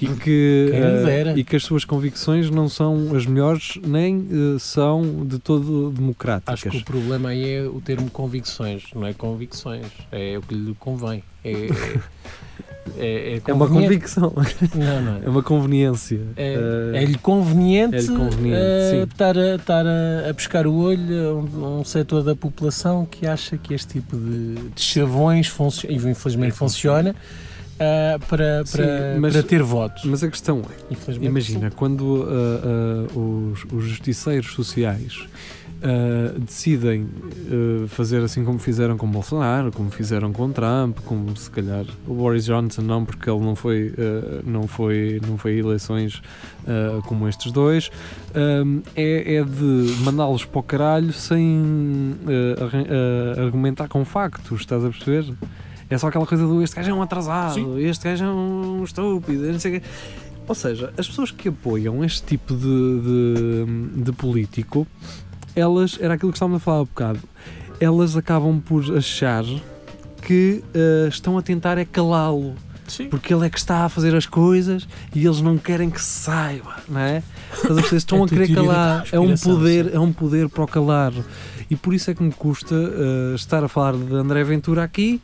Speaker 2: e que,
Speaker 3: Hum, Quem
Speaker 2: eh,
Speaker 3: dera.
Speaker 2: e que as suas convicções não são as melhores nem eh, são de todo democráticas.
Speaker 3: Acho que o problema aí é o termo convicções, não é convicções, é o que lhe convém. É, é,
Speaker 2: é uma
Speaker 3: conveniente.
Speaker 2: convicção,
Speaker 3: Não, não.
Speaker 2: é uma conveniência.
Speaker 3: É-
Speaker 2: Eh,
Speaker 3: É-lhe conveniente,
Speaker 2: é-lhe conveniente,
Speaker 3: eh,
Speaker 2: sim.
Speaker 3: estar, a, estar a, a pescar o olho a um, a um setor da população que acha que este tipo de, de chavões funcio- e infelizmente funciona ah, para,
Speaker 2: Sim,
Speaker 3: para-
Speaker 2: mas-
Speaker 3: para ter votos.
Speaker 2: mas a questão é,
Speaker 3: Infelizmente,
Speaker 2: imagina, quando ah, ah, os, os justiceiros sociais ah, decidem ah, fazer assim como fizeram com Bolsonaro, como fizeram com Trump, como se calhar o Boris Johnson não, porque ele não foi, ah, não foi, não foi a eleições ah, como estes dois, ahm, é, é de mandá-los para o caralho sem ah, arran- ah, argumentar com factos, estás a perceber? É só aquela coisa do este gajo é um atrasado, este gajo é um estúpido, não sei o quê. Ou seja, as pessoas que apoiam este tipo de, de, de político, elas, era aquilo que estávamos a falar há bocado, elas acabam por achar que ah, estão a tentar é calá-lo,
Speaker 3: Sim.
Speaker 2: porque ele é que está a fazer as coisas e eles não querem que se saiba, não é? Mas as pessoas estão
Speaker 3: É
Speaker 2: a
Speaker 3: a tua
Speaker 2: querer
Speaker 3: teoria da
Speaker 2: calar, é um
Speaker 3: conspiração,
Speaker 2: poder, é um poder para o calar. E por isso é que me custa ah, estar a falar de André Ventura aqui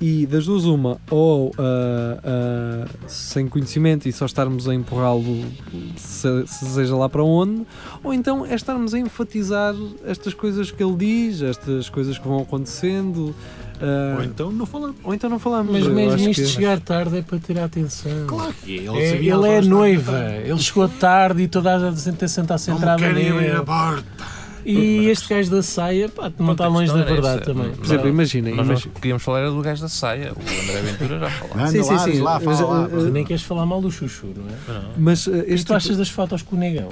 Speaker 2: e das duas uma, ou ah, ah, sem conhecimento e só estarmos a empurrá-lo se, se seja lá para onde, ou então é estarmos a enfatizar estas coisas que ele diz, estas coisas que vão acontecendo. ah,
Speaker 5: Ou então não falamos.
Speaker 2: ou então não falamos.
Speaker 3: Mas
Speaker 2: eu acho
Speaker 3: mesmo isto
Speaker 2: que-
Speaker 3: chegar tarde é para ter a atenção.
Speaker 5: Claro que ele,
Speaker 3: É,
Speaker 5: sabia
Speaker 3: ele
Speaker 5: as
Speaker 3: é
Speaker 5: horas
Speaker 3: noiva,
Speaker 5: tarde.
Speaker 3: ele chegou tarde e toda a gente está
Speaker 5: Não
Speaker 3: centrada
Speaker 5: Então querem abrir a
Speaker 3: nele.
Speaker 5: porta.
Speaker 3: E este gajo da saia, pá, não está
Speaker 4: Pronto, a
Speaker 3: longe da
Speaker 4: questão era
Speaker 3: verdade
Speaker 4: essa.
Speaker 3: também.
Speaker 2: Por exemplo, imaginem.
Speaker 4: Mas nós
Speaker 2: imagi-
Speaker 4: queríamos falar era do gajo da saia. O André Ventura já falou.
Speaker 2: Sim,
Speaker 6: Anda
Speaker 2: sim,
Speaker 6: lá,
Speaker 2: sim.
Speaker 6: diz lá,
Speaker 2: Mas,
Speaker 6: fala lá.
Speaker 2: eh,
Speaker 6: pá.
Speaker 3: Tu nem queres falar mal do Chuchu, não é?
Speaker 2: Mas eh,
Speaker 3: O que
Speaker 2: este
Speaker 3: tu
Speaker 2: tipo-
Speaker 3: achas das fotos com o negão?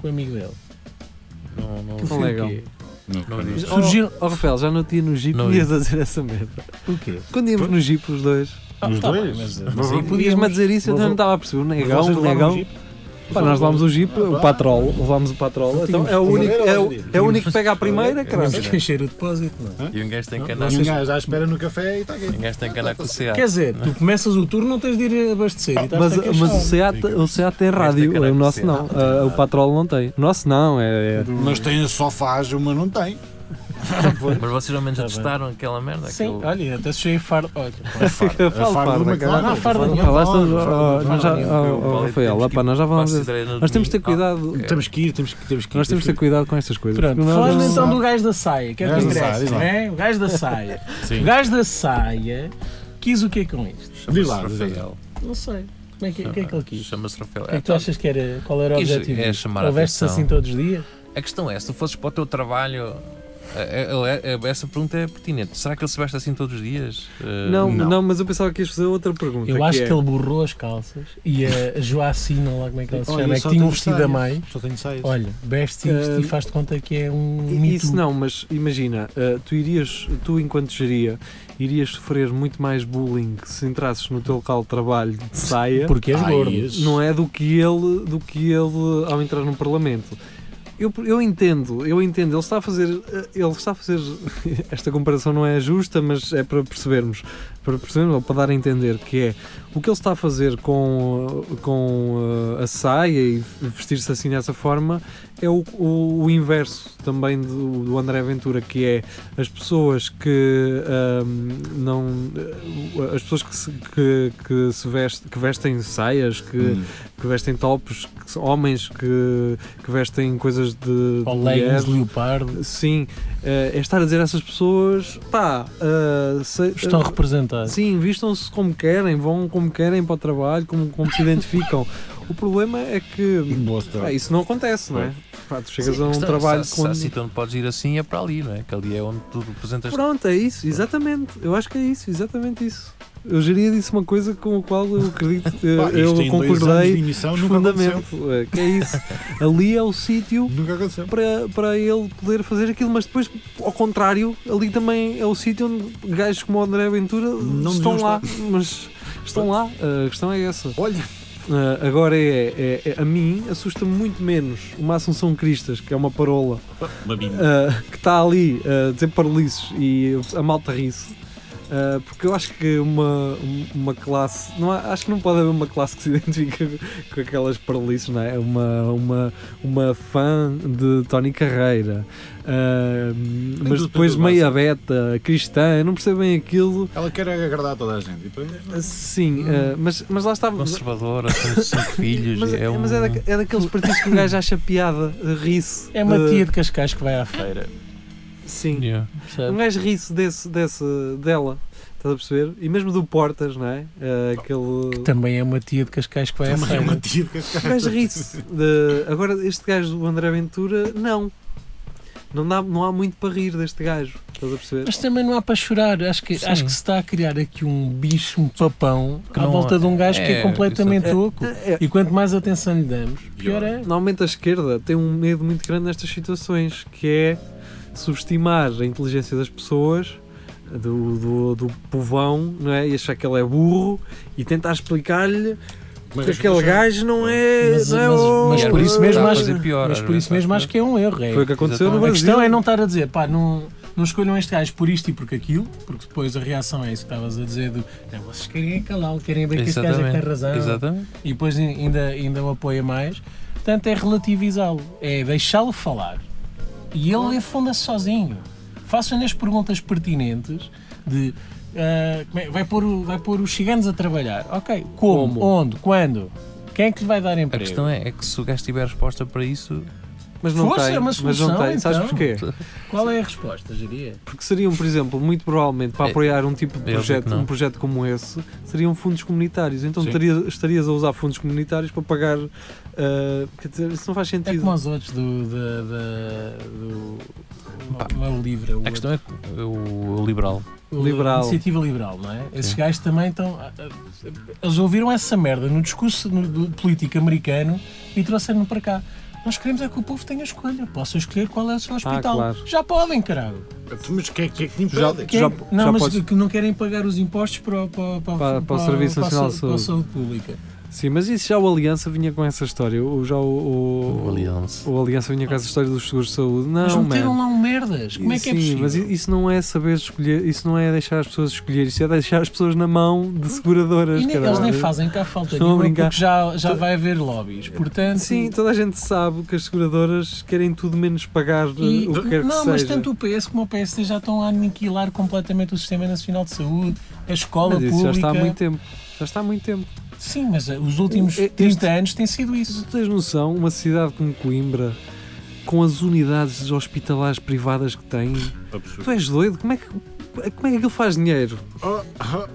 Speaker 3: Com o amigo dele?
Speaker 4: Não, não,
Speaker 2: Que
Speaker 3: Foi
Speaker 2: foi legal.
Speaker 3: O quê?
Speaker 4: não,
Speaker 2: Mas,
Speaker 4: não.
Speaker 2: oh,
Speaker 3: Surgiram-
Speaker 2: oh, Rafael, já não tinha no Jeep
Speaker 4: Não
Speaker 2: e ias a dizer essa merda.
Speaker 3: O quê?
Speaker 2: Quando íamos no Jeep os dois,
Speaker 6: Os
Speaker 3: tá
Speaker 6: dois?
Speaker 3: bem, mas- mas aí
Speaker 6: Mas vou-
Speaker 3: podíamos-
Speaker 2: podias-me a dizer isso, eu
Speaker 5: mas
Speaker 2: não
Speaker 5: vou-
Speaker 2: estava a perceber. O negão,
Speaker 5: Vocês
Speaker 2: o
Speaker 5: levaram um
Speaker 2: negão.
Speaker 5: Jeep?
Speaker 2: Pá, nós levámos o Jeep, o patrol, levámos o patrol. Então é o
Speaker 6: tínhamos-
Speaker 2: único, é o,
Speaker 6: tínhamos-
Speaker 2: é o único que pega a primeira, caralho.
Speaker 3: Temos que encher o depósito, não é?
Speaker 4: E um gajo tem que andar.
Speaker 6: E um gajo à espera no café e está aqui.
Speaker 4: Um gajo tem que andar com o CA.
Speaker 3: Quer dizer, tu começas o turno, não tens de ir abastecer. e estás-te
Speaker 2: Mas,
Speaker 3: a queixar.
Speaker 2: mas o, Seat, o Seat tem rádio,
Speaker 4: caraca
Speaker 2: o nosso
Speaker 4: é Seat.
Speaker 2: não. Ah, o Patrol não tem. O nosso não, é. é-
Speaker 6: Mas tem sofás, uma não tem.
Speaker 4: Mas vocês ao menos já
Speaker 3: Tá bem.
Speaker 4: testaram aquela merda?
Speaker 3: Sim,
Speaker 4: Aquele-
Speaker 2: Ah,
Speaker 3: olha, até cheguei fardo. Olha,
Speaker 2: Fica- fala,
Speaker 6: A farda do
Speaker 2: farda, caralho.
Speaker 6: McDonald's.
Speaker 3: Não há farda nenhuma.
Speaker 2: Fala, estás-
Speaker 6: Não,
Speaker 2: oh, nós já- oh, oh, Rafael, lá, pá, nós já vamos.
Speaker 4: Passa ideia no Ah, é.
Speaker 2: Nós temos de ter
Speaker 4: domingo.
Speaker 2: cuidado.
Speaker 5: Temos que ir, temos que, temos que ir.
Speaker 2: Nós temos de ter cuidado com estas coisas.
Speaker 3: Pronto,
Speaker 2: porque nós
Speaker 3: falando
Speaker 2: não-
Speaker 3: então do gajo da saia, que é o que
Speaker 6: Gajo da saia,
Speaker 3: interessa,
Speaker 6: diz lá.
Speaker 3: não é? O gajo da saia. O gajo da saia quis o que é com isto?
Speaker 6: Diz lá,
Speaker 4: Chama-se
Speaker 6: diz lá.
Speaker 4: Rafael.
Speaker 3: Não sei. Como é que, o que é que ele quis?
Speaker 4: Chama-se Rafael.
Speaker 3: O que é que tu achas que era? Qual era o
Speaker 4: Ah, Quis-
Speaker 3: objetivo?
Speaker 4: é chamar a
Speaker 3: Houveste-se
Speaker 4: atenção.
Speaker 3: assim todos os dias?
Speaker 4: A questão é, se tu fosses para o teu trabalho, é- é- é- essa pergunta é pertinente. Será que ele se veste assim todos os dias? Eh,
Speaker 2: Não, não,
Speaker 6: Não.
Speaker 2: mas eu pensava que ias fazer outra pergunta.
Speaker 3: Eu acho
Speaker 2: é-
Speaker 3: que ele borrou as calças e a Joacina, lá como é que ela se
Speaker 5: Olha,
Speaker 3: chama, é
Speaker 5: só
Speaker 3: que tinha um
Speaker 5: tenho
Speaker 3: vestido a
Speaker 5: saias.
Speaker 3: mais.
Speaker 5: Só tenho saias.
Speaker 3: Olha, veste isto
Speaker 2: Eh,
Speaker 3: e faz-te conta que é um
Speaker 2: I-
Speaker 3: mito.
Speaker 2: Isso não, mas imagina, ah, tu irias, tu enquanto geria, irias sofrer muito mais bullying se entrasses no teu local de trabalho de saia,
Speaker 3: Porque és
Speaker 6: Ai,
Speaker 3: gordo.
Speaker 6: isso.
Speaker 2: não é do que ele, do que ele ao entrar no Parlamento. Eu, eu entendo, eu entendo, ele está a fazer, ah, ele está a fazer, esta comparação não é justa, mas é para percebermos, para percebermos, ou para dar a entender que é o que ele está a fazer com, ah, com ah, a saia e vestir-se assim dessa forma é o, o- o inverso também do, do André Ventura, que é as pessoas que ahm, não eh, as pessoas que se, que, que se vestem, que vestem saias, que,
Speaker 6: Hum.
Speaker 2: que vestem tops, que são homens que, que vestem coisas de, de
Speaker 3: Ou
Speaker 2: mulher.
Speaker 3: leggings, leopardo,
Speaker 2: Sim, eh, é estar a dizer a essas pessoas, pá, ah, se-
Speaker 3: estão
Speaker 2: ah,
Speaker 3: representados.
Speaker 2: Sim, vistam-se como querem, vão como querem para o trabalho, como, como se identificam. O problema é que
Speaker 6: Boa história.
Speaker 2: ah, isso não acontece, não é? Pá, tu chegas
Speaker 4: Sim,
Speaker 2: a um
Speaker 4: questão é,
Speaker 2: trabalho
Speaker 4: se,
Speaker 2: com.
Speaker 4: Se, se tu não podes ir assim, é para ali, não é? Que ali é onde tu representas.
Speaker 2: Pronto, é isso, exatamente. Eu acho que é isso, exatamente isso. Eu geria disse uma coisa com a qual eu acredito,
Speaker 6: Pá,
Speaker 2: eu, eu
Speaker 6: isto em dois anos de
Speaker 2: concordei
Speaker 6: emissão nunca aconteceu.
Speaker 2: profundamente. é, Que é isso. Ali é o sítio
Speaker 6: Nunca aconteceu.
Speaker 2: para, para ele poder fazer aquilo, mas depois, ao contrário, ali também é o sítio onde gajos como o André Ventura
Speaker 6: Não
Speaker 2: estão
Speaker 6: deviam
Speaker 2: lá, mas estão lá. A questão é essa.
Speaker 6: Olha,
Speaker 2: Uh, agora é, é- é- a mim assusta-me muito menos uma Assunção Cristas, que é uma parola ah,
Speaker 5: Uma bimba.
Speaker 2: uh, que está ali uh, a dizer parolices e a malta ri-se, Ah, porque eu acho que uma, uma classe. Não há- acho que não pode haver uma classe que se identifica com aquelas paralices, não é? Uma, uma, uma fã de Tony Carreira, ah, mas
Speaker 6: tudo
Speaker 2: depois
Speaker 6: perturbação.
Speaker 2: meia beta, cristã, eu não percebo bem aquilo.
Speaker 6: Ela quer agradar toda a gente. E depois,
Speaker 2: Ah, Sim, ah, mas, mas lá está.
Speaker 4: Conservadora, tem assim, cinco filhos.
Speaker 2: Mas,
Speaker 4: é, um...
Speaker 2: mas é, da- é daqueles partidos que um gajo acha piada, ri-se.
Speaker 3: É uma
Speaker 2: de-
Speaker 3: tia de Cascais que vai à feira.
Speaker 2: Sim.
Speaker 4: Yeah.
Speaker 2: Um
Speaker 3: percebe?
Speaker 2: gajo ri-se desse, desse, dela, estás a perceber? E mesmo do Portas, não é? Ah, aquele.
Speaker 3: Também é uma tia de Cascais que vai à
Speaker 6: também é
Speaker 3: feira.
Speaker 6: uma tia de cascais.
Speaker 2: O gajo ri-se. De- Agora, este gajo do André Ventura, não. Não, dá, não há muito para rir deste gajo, estás a perceber?
Speaker 3: Mas também não há para chorar. Acho que,
Speaker 4: Sim.
Speaker 3: acho que se está a criar aqui um bicho, um papão,
Speaker 4: Que
Speaker 3: à
Speaker 4: não-
Speaker 3: volta de um gajo que
Speaker 4: é,
Speaker 3: é completamente
Speaker 2: isso é-
Speaker 3: louco.
Speaker 2: É,
Speaker 3: E quanto mais atenção lhe damos, pior é.
Speaker 2: Normalmente a esquerda tem um medo muito grande nestas situações, que é subestimar a inteligência das pessoas, do, do, do povão, não é? E achar que ele é burro e tentar explicar-lhe que aquele gajo não é.
Speaker 3: Mas-
Speaker 2: não é
Speaker 3: mas-
Speaker 2: o-
Speaker 3: mas por isso mesmo
Speaker 4: Está a
Speaker 3: acho-
Speaker 4: fazer pior,
Speaker 3: Mas
Speaker 4: às
Speaker 3: por isso
Speaker 4: vezes,
Speaker 3: mesmo acho que é um erro. é.
Speaker 2: Foi o que aconteceu no
Speaker 3: A
Speaker 2: Brasil.
Speaker 3: questão é não estar a dizer, pá, não, não escolham este gajo por isto e porque aquilo, porque depois a reação é isso que estavas a dizer do não, vocês querem é calá-lo, querem ver que este gajo é que tem razão
Speaker 4: Exatamente.
Speaker 3: e depois ainda, ainda o apoia mais. Portanto, é relativizá-lo, é deixá-lo falar. E ele afunda-se sozinho. Façam-lhe as perguntas pertinentes de ah, como é- vai, pôr, o- vai pôr os ciganos a trabalhar. Ok, como,
Speaker 2: Como?
Speaker 3: onde, quando? Quem é que lhe vai dar
Speaker 4: A
Speaker 3: emprego?
Speaker 4: questão é, é que se o gajo tiver resposta para isso,
Speaker 2: Mas não
Speaker 3: Força,
Speaker 2: tem.
Speaker 3: é uma
Speaker 2: mas não
Speaker 3: solução,
Speaker 2: tem. Sabes
Speaker 3: então.
Speaker 2: porquê?
Speaker 3: Qual é a resposta, diria?
Speaker 2: Porque seriam, por exemplo, muito provavelmente para
Speaker 4: É,
Speaker 2: apoiar um tipo de
Speaker 4: é óbvio que
Speaker 2: projeto,
Speaker 4: não.
Speaker 2: um projeto como esse, seriam fundos comunitários. Então
Speaker 6: Sim.
Speaker 2: estaria- estarias a usar fundos comunitários para pagar. ah, quer dizer, isso não faz
Speaker 3: É como
Speaker 2: sentido.
Speaker 3: aos outros do. da- da- do
Speaker 4: Pá,
Speaker 3: não é o livre, é o
Speaker 4: a questão é que o, o liberal.
Speaker 3: outro, o-
Speaker 2: liberal.
Speaker 3: Iniciativa liberal, não é? Esses
Speaker 4: Sim.
Speaker 3: gajos também estão. Eles ouviram essa merda no discurso no- do político americano e trouxeram para cá. Nós queremos é que o povo tenha escolha, possa escolher qual é o seu hospital.
Speaker 2: Ah, claro.
Speaker 3: Já podem, caralho.
Speaker 6: Mas o que é que, é que te impede?
Speaker 3: Quem-
Speaker 2: já-
Speaker 3: não,
Speaker 2: já
Speaker 3: mas
Speaker 2: podes-
Speaker 3: que não querem pagar os impostos para, o- para, para,
Speaker 2: Para- para o Serviço
Speaker 3: para a
Speaker 2: Nacional de
Speaker 3: sa- para a saúde pública.
Speaker 2: Sim, mas isso já o Aliança vinha com essa história. O, já o, o,
Speaker 4: O Aliança.
Speaker 2: o Aliança vinha com essa história dos seguros de saúde.
Speaker 3: mas
Speaker 2: Não,
Speaker 3: meteram
Speaker 2: mano.
Speaker 3: lá um merdas. Como é que é
Speaker 2: Sim,
Speaker 3: possível?
Speaker 2: mas i- isso não é saber escolher, isso não é deixar as pessoas escolher, isso é deixar as pessoas na mão de seguradoras.
Speaker 3: E nem, eles
Speaker 2: caralho.
Speaker 3: nem fazem cá falta
Speaker 2: Estão a
Speaker 3: nenhuma
Speaker 2: brincar.
Speaker 3: porque já, já vai haver lobbies. Portanto,
Speaker 2: Sim, toda a gente sabe que as seguradoras querem tudo menos pagar eh,
Speaker 3: e-
Speaker 2: o que quer
Speaker 3: não,
Speaker 2: que seja.
Speaker 3: mas tanto o PS como o PSD já estão a aniquilar completamente o Sistema Nacional de Saúde, a escola
Speaker 2: Mas isso já
Speaker 3: pública.
Speaker 2: está há muito tempo. Já está há muito tempo.
Speaker 3: Sim, mas eh, os últimos
Speaker 2: Este-
Speaker 3: 30 anos tem sido isso.
Speaker 2: Tu tens noção, uma cidade como Coimbra, com as unidades hospitalares privadas que tem,
Speaker 6: Absurdo.
Speaker 2: tu és doido? Como é que, como é que aquilo faz dinheiro?
Speaker 6: Oh, ah,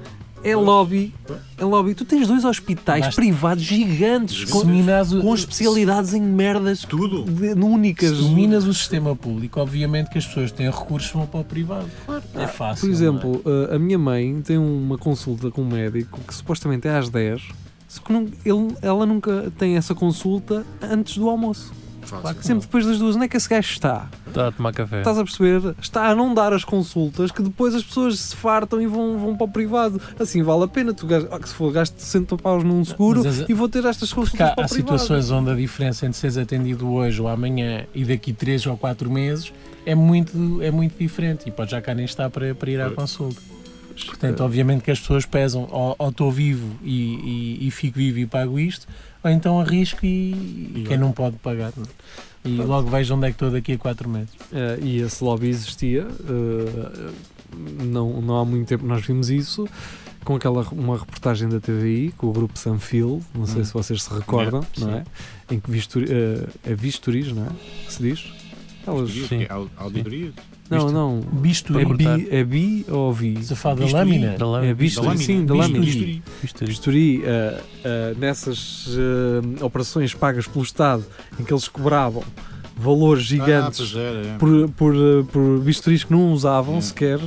Speaker 2: É lobby. É lobby. Tu tens dois hospitais
Speaker 3: Basta.
Speaker 2: privados gigantes
Speaker 3: Se
Speaker 2: com,
Speaker 3: dominas o,
Speaker 2: com especialidades em merdas
Speaker 6: tudo.
Speaker 2: de-
Speaker 3: se
Speaker 2: únicas.
Speaker 3: dominas o sistema público, obviamente que as pessoas que têm recursos vão para o privado. Claro, é fácil.
Speaker 2: Por
Speaker 3: não
Speaker 2: exemplo, eh, a minha mãe tem uma consulta com um médico que supostamente é às 10, só que nun- ele- ela nunca tem essa consulta antes do almoço.
Speaker 6: Fácil.
Speaker 2: Sempre depois das duas, onde é que esse gajo está?
Speaker 4: Está Tá a tomar café.
Speaker 2: Estás a perceber? Está a não dar as consultas que depois as pessoas se fartam e vão, vão para o privado. Assim vale a pena, tu gasto, se for gasto 60 paus num seguro
Speaker 3: Mas as-
Speaker 2: e vou ter estas
Speaker 3: Porque
Speaker 2: consultas
Speaker 3: há,
Speaker 2: para
Speaker 3: há
Speaker 2: o privado.
Speaker 3: situações onde a diferença entre seres atendido hoje ou amanhã e daqui 3 ou 4 meses é muito, é muito diferente e pode já cá nem estar para, para ir à consulta. Portanto,
Speaker 4: é.
Speaker 3: obviamente que as pessoas pesam ou ou estou vivo e, e- e fico vivo e pago isto, ou então arrisco e, e quem não pode pagar. não é? E logo vejo onde é que estou daqui a 4 meses.
Speaker 2: Eh, e esse lobby existia, eh, não, não há muito tempo nós vimos isso, com aquela uma reportagem da TVI, com o grupo Sanfil, não sei
Speaker 4: Hum.
Speaker 2: se vocês se recordam, não é? Em que Visturi, eh, é Visturis, não é? Que se diz? Elas,
Speaker 4: Sim.
Speaker 6: Au- é Auditoria?
Speaker 2: não, não,
Speaker 3: Bisturi.
Speaker 2: é
Speaker 4: Para cortar.
Speaker 2: bi, é bi ou vi?
Speaker 3: Se fala da
Speaker 6: Bisturi.
Speaker 3: lâmina.
Speaker 4: Da lâmina.
Speaker 2: É bisturi,
Speaker 6: Da lâmina.
Speaker 2: sim, da
Speaker 3: Bisturi.
Speaker 2: lâmina.
Speaker 6: Bisturi.
Speaker 4: Bisturi.
Speaker 2: Bisturi, ah, ah, nessas ah, operações pagas pelo Estado, em que eles cobravam valores
Speaker 6: Ah,
Speaker 2: gigantes
Speaker 6: pois era, é.
Speaker 2: por, por, ah, por bisturis que não usavam
Speaker 6: É.
Speaker 2: sequer.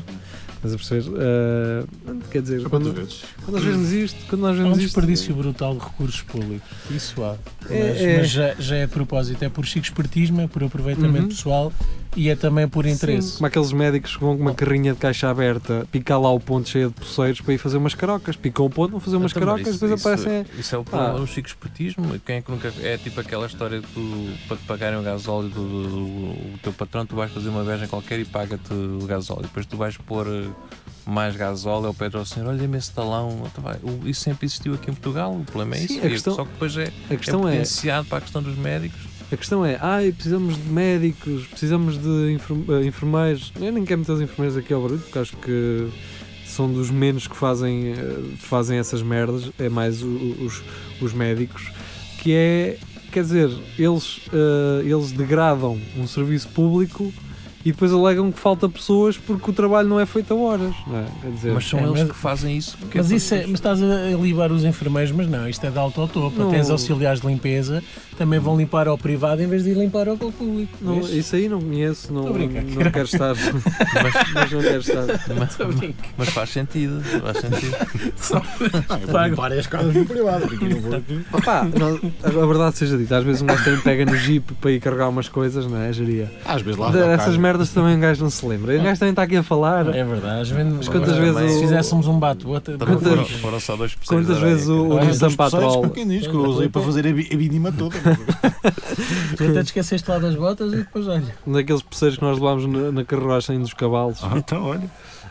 Speaker 2: Estás a perceber? Ah, quer dizer,
Speaker 6: Só para tu
Speaker 2: quando,
Speaker 6: veres.
Speaker 2: quando nós vemos isto, quando nós
Speaker 3: É um
Speaker 2: vemos isto.
Speaker 3: desperdício brutal de recursos públicos. Isso há. Mas,
Speaker 2: É, é.
Speaker 3: mas já, já é a propósito. É por chico espertismo, é por aproveitamento
Speaker 2: Uhum.
Speaker 3: pessoal e é também por interesse.
Speaker 2: Como aqueles médicos que vão com uma carrinha de caixa aberta picar lá o ponto cheio de poceiros para ir fazer umas carocas. Picam o ponto, vão fazer umas
Speaker 4: Então, mas
Speaker 2: carocas,
Speaker 4: isso-
Speaker 2: depois
Speaker 4: isso-
Speaker 2: aparecem. Ah.
Speaker 4: Isso é o problema do chico espetismo. Quem é que nunca. É tipo aquela história de tu, para te pagarem o gasóleo do, do- do- o teu patrão, tu vais fazer uma viagem qualquer e paga-te o gasóleo. Depois tu vais pôr eh, mais gasóleo, pede ao senhor, olha-me esse talão. Então vai, o- Isso sempre existiu aqui em Portugal, o problema é
Speaker 2: Sim,
Speaker 4: isso.
Speaker 2: a
Speaker 4: e
Speaker 2: questão-
Speaker 4: Só que depois é,
Speaker 2: A questão é,
Speaker 4: é potenciado para a questão dos médicos.
Speaker 2: a questão é, ai, precisamos de médicos, precisamos de enferm- eh, enfermeiros. Eu nem quero meter os enfermeiros aqui ao barulho, porque acho que são dos menos que fazem, eh, fazem essas merdas, é mais o- o- os, os médicos, que é, quer dizer, eles, eh, eles degradam um serviço público e depois alegam que falta pessoas porque o trabalho não é feito a horas, não é? Quer dizer,
Speaker 4: Mas são
Speaker 3: É,
Speaker 4: eles
Speaker 3: mas-
Speaker 4: que fazem isso. porque
Speaker 3: Mas, isso é-
Speaker 4: todos-
Speaker 3: mas estás a libar os enfermeiros, mas não, isto é de alto ao topo.
Speaker 2: Não.
Speaker 3: Tens auxiliares de limpeza, também vão limpar ao privado em vez de ir limpar ao público.
Speaker 2: não,
Speaker 3: vês?
Speaker 2: isso aí não conheço, não,
Speaker 3: Tô a brincar.
Speaker 2: não quero estar. mas, mas não quero estar.
Speaker 4: mas,
Speaker 3: Tô a brincar.
Speaker 4: mas faz sentido, faz sentido.
Speaker 6: Ah, eu vou
Speaker 3: Pago.
Speaker 6: limpar as casas no privado, porque aqui não vou aqui.
Speaker 2: Opa, não- a verdade seja dita, às vezes um gajo também pega no jeep para ir carregar umas coisas, não é? Geria.
Speaker 6: Às vezes lá dá o
Speaker 2: Essas
Speaker 6: carro.
Speaker 2: merdas também um gajo não se lembra. E um gajo também está aqui a falar.
Speaker 3: É verdade, às vezes-
Speaker 4: Mas
Speaker 2: quantas
Speaker 3: agora,
Speaker 2: vezes
Speaker 3: Se
Speaker 2: o-
Speaker 3: fizéssemos um bate-bota,
Speaker 4: Também
Speaker 2: Quantas-
Speaker 4: foram, foram só dois pessoas.
Speaker 2: Quantas vezes o, o
Speaker 3: Olha,
Speaker 2: Nissan
Speaker 6: Dois pessoais
Speaker 2: Patrol.
Speaker 6: com quem diz que eu usei para fazer a bi- a mínima toda.
Speaker 3: tu até te esqueceste lá das botas e depois olha.
Speaker 2: Naqueles peceiros que nós levámos na, na carruagem dos cavalos.
Speaker 6: Ah, então, olha.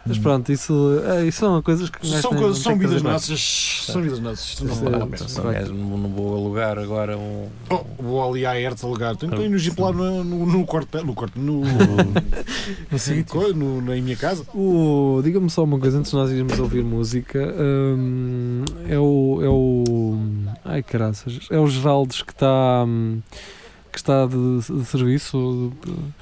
Speaker 2: Mas pronto, isso, é, isso são coisas que. um gajo
Speaker 6: São,
Speaker 2: tem-
Speaker 6: coisas,
Speaker 2: tem
Speaker 6: são
Speaker 2: que
Speaker 6: vidas
Speaker 2: fazer, não é?
Speaker 6: nossas. São vidas nossas. Isto
Speaker 2: Isso
Speaker 6: não
Speaker 2: é-
Speaker 6: dá.
Speaker 2: isso
Speaker 4: Não,
Speaker 2: é-
Speaker 4: é, não não vou alugar agora um.
Speaker 6: Oh, vou ali à Hertz alugar. Tenho que ir no jeep lá no, no, no corte. No corte. No. co- no- na em minha casa.
Speaker 2: O- Diga-me só uma coisa, antes de nós irmos ouvir música, hum, é o. É o ai caraças, é o Geraldes que está. hum, que está de, de serviço.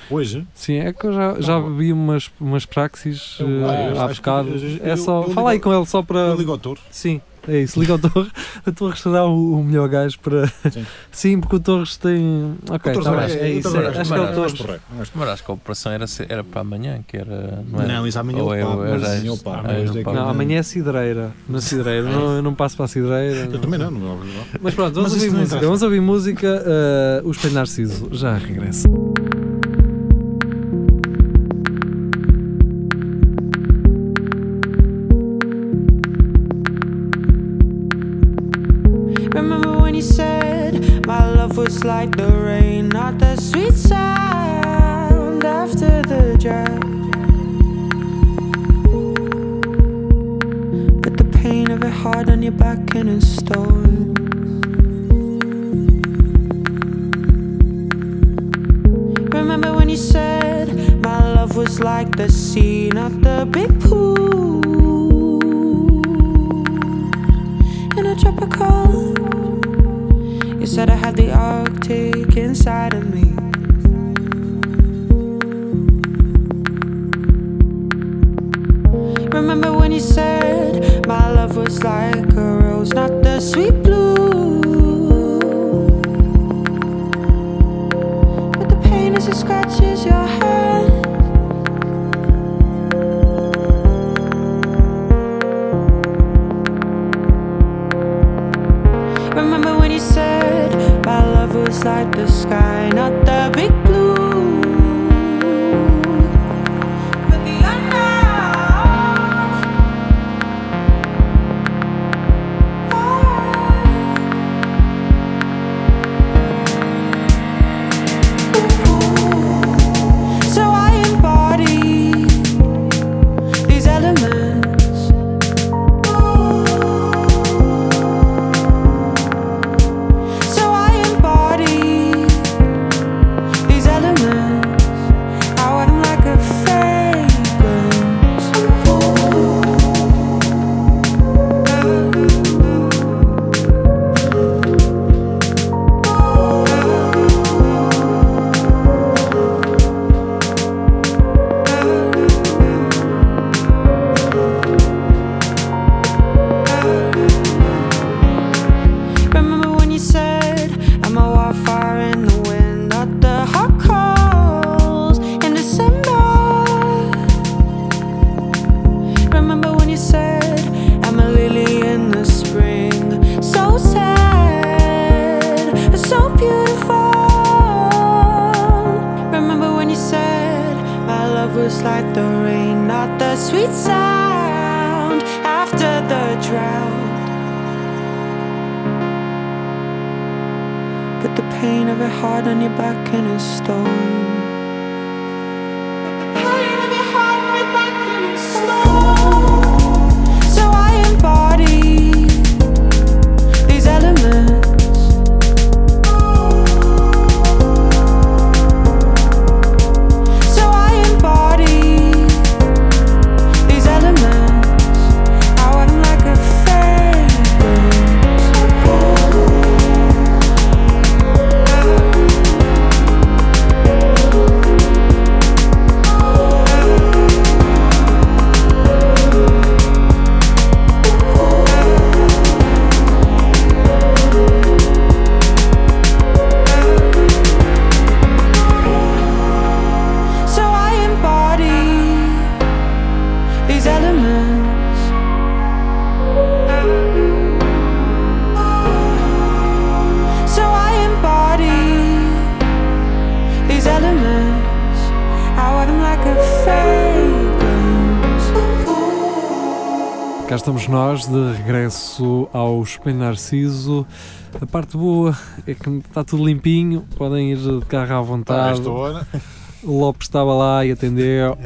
Speaker 6: Hoje.
Speaker 2: Sim, é que eu já, já vi umas, umas praxis
Speaker 6: Eu-
Speaker 2: eh,
Speaker 6: ah, eu
Speaker 2: há
Speaker 6: acho que-
Speaker 2: bocado.
Speaker 6: eu-
Speaker 2: é
Speaker 6: eu-
Speaker 2: só.
Speaker 6: eu
Speaker 2: fala aí
Speaker 6: ligo-
Speaker 2: com ele só para.
Speaker 6: Eu ligo ao touro.
Speaker 2: Sim, é isso. Liga ao Torres. A Torres será o, o melhor gajo para. Sim.
Speaker 6: Sim.
Speaker 2: porque o Torres tem. Ok,
Speaker 6: O touro
Speaker 2: tá
Speaker 6: não
Speaker 2: bem,
Speaker 6: é-
Speaker 2: é
Speaker 6: o
Speaker 2: isso.
Speaker 6: touro não
Speaker 2: é- Acho que é o
Speaker 6: não
Speaker 2: Torres.
Speaker 6: porreiro, não é
Speaker 4: Mas acho que a operação era, se- era para amanhã, que era. Não, era?
Speaker 6: Não, isso é amanhã
Speaker 4: Ou
Speaker 6: ele
Speaker 4: eu-
Speaker 6: paga,
Speaker 4: eu
Speaker 6: mas
Speaker 4: já-
Speaker 6: amanhã ele paga,
Speaker 4: amanhã ele
Speaker 6: mas é que-
Speaker 4: paga.
Speaker 2: Não, é amanhã é cidreira. Na cidreira. não, eu não passo para a cidreira.
Speaker 6: Eu
Speaker 2: não.
Speaker 6: também não, é não vou lá.
Speaker 2: Mas pronto, vamos
Speaker 6: Mas isso
Speaker 2: ouvir
Speaker 6: não
Speaker 2: música.
Speaker 6: interessa.
Speaker 2: Vamos ouvir música. eh, o Espelho Narciso já regressa.
Speaker 7: Remember when you said my love was like the rain, not the sweet sound after the drought. But the pain of it hard on your back and it stores. Remember when you said my love was like the sea, not the big pool in a tropical. You said I had the Arctic inside of me. Remember when you said my love was like a rose, not the sweet blue. But the pain as it scratches your head. Remember when you said my love was like the sky, not the big blue. But the unknown. So I embody these elements. So I embody these elements. I wear them like a fragrance. Remember when you said I'm a wildfire in the wind, not the hot coals in December. Remember when you said I'm a lily in the spring, so sad and so beautiful. Remember when you said my love was like the rain, not the sweet sound after the drought. But the pain of it hard on your back in a storm. But the pain of it hard on your back in a storm.
Speaker 2: Cá estamos nós de regresso ao Espelho Narciso. A parte boa é que está tudo limpinho, podem ir de carro à
Speaker 6: Tá,
Speaker 2: vontade.
Speaker 6: esta hora.
Speaker 2: O Lopes estava lá e atendeu.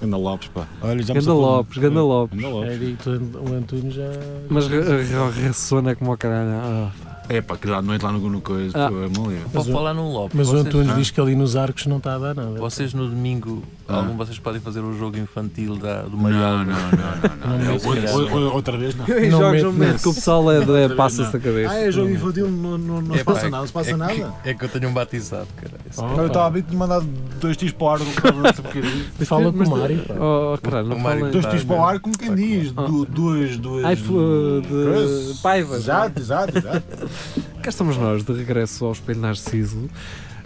Speaker 5: Anda Lopes, pá.
Speaker 6: Olha, já
Speaker 2: Ganda
Speaker 6: me safou. É
Speaker 2: Lopes, Ganda Lopes.
Speaker 5: Anda Lopes.
Speaker 3: Era aí que É, o Antunes já.
Speaker 2: Mas re- re- ressona como o caralho. Ah,
Speaker 5: É pá, que lá de noite lá no, no coisa,
Speaker 2: Ah.
Speaker 5: pô, é maluco.
Speaker 3: Mas
Speaker 4: Pode
Speaker 3: o-
Speaker 4: falar num Lopes.
Speaker 3: Mas o
Speaker 4: vocês,
Speaker 3: Antunes
Speaker 5: Ah.
Speaker 3: diz que ali nos arcos não está a dar nada.
Speaker 4: vocês no domingo,
Speaker 5: Ah.
Speaker 4: algum de vocês podem fazer o jogo infantil da, do
Speaker 5: Não,
Speaker 4: Maior.
Speaker 5: não, não, não,
Speaker 3: Não
Speaker 5: não.
Speaker 3: me
Speaker 5: É
Speaker 3: digas.
Speaker 5: o outro-
Speaker 6: Ou- ou- Outra vez, não.
Speaker 2: Eu em
Speaker 3: Não
Speaker 2: jogos
Speaker 3: mete
Speaker 2: não me meto, que o pessoal é, é, passa-se da cabeça.
Speaker 6: Ah, é jogo infantil, não, não, não
Speaker 4: É
Speaker 6: se
Speaker 4: pá,
Speaker 6: passa
Speaker 4: é
Speaker 6: nada, não se
Speaker 4: que-
Speaker 6: passa
Speaker 4: é
Speaker 6: nada.
Speaker 4: Que, é que eu tenho um batizado, caralho.
Speaker 6: Eu estava a bit de mandar dois tiros para o ar, não estava a bocadinho.
Speaker 3: Fala com
Speaker 2: Mas-
Speaker 3: o Mário. pá.
Speaker 2: Oh, caralho, não
Speaker 4: O Mário
Speaker 2: falem.
Speaker 6: Dois
Speaker 4: Tá,
Speaker 6: tiros para o
Speaker 4: não.
Speaker 6: ar, como quem
Speaker 4: Tá,
Speaker 6: diz.
Speaker 2: claro.
Speaker 6: du- Duas, duas.
Speaker 2: Ai, fu- de
Speaker 6: coisas.
Speaker 2: Paiva.
Speaker 6: Exato, exato, exato.
Speaker 2: Cá estamos nós, de regresso ao Espelho Narciso.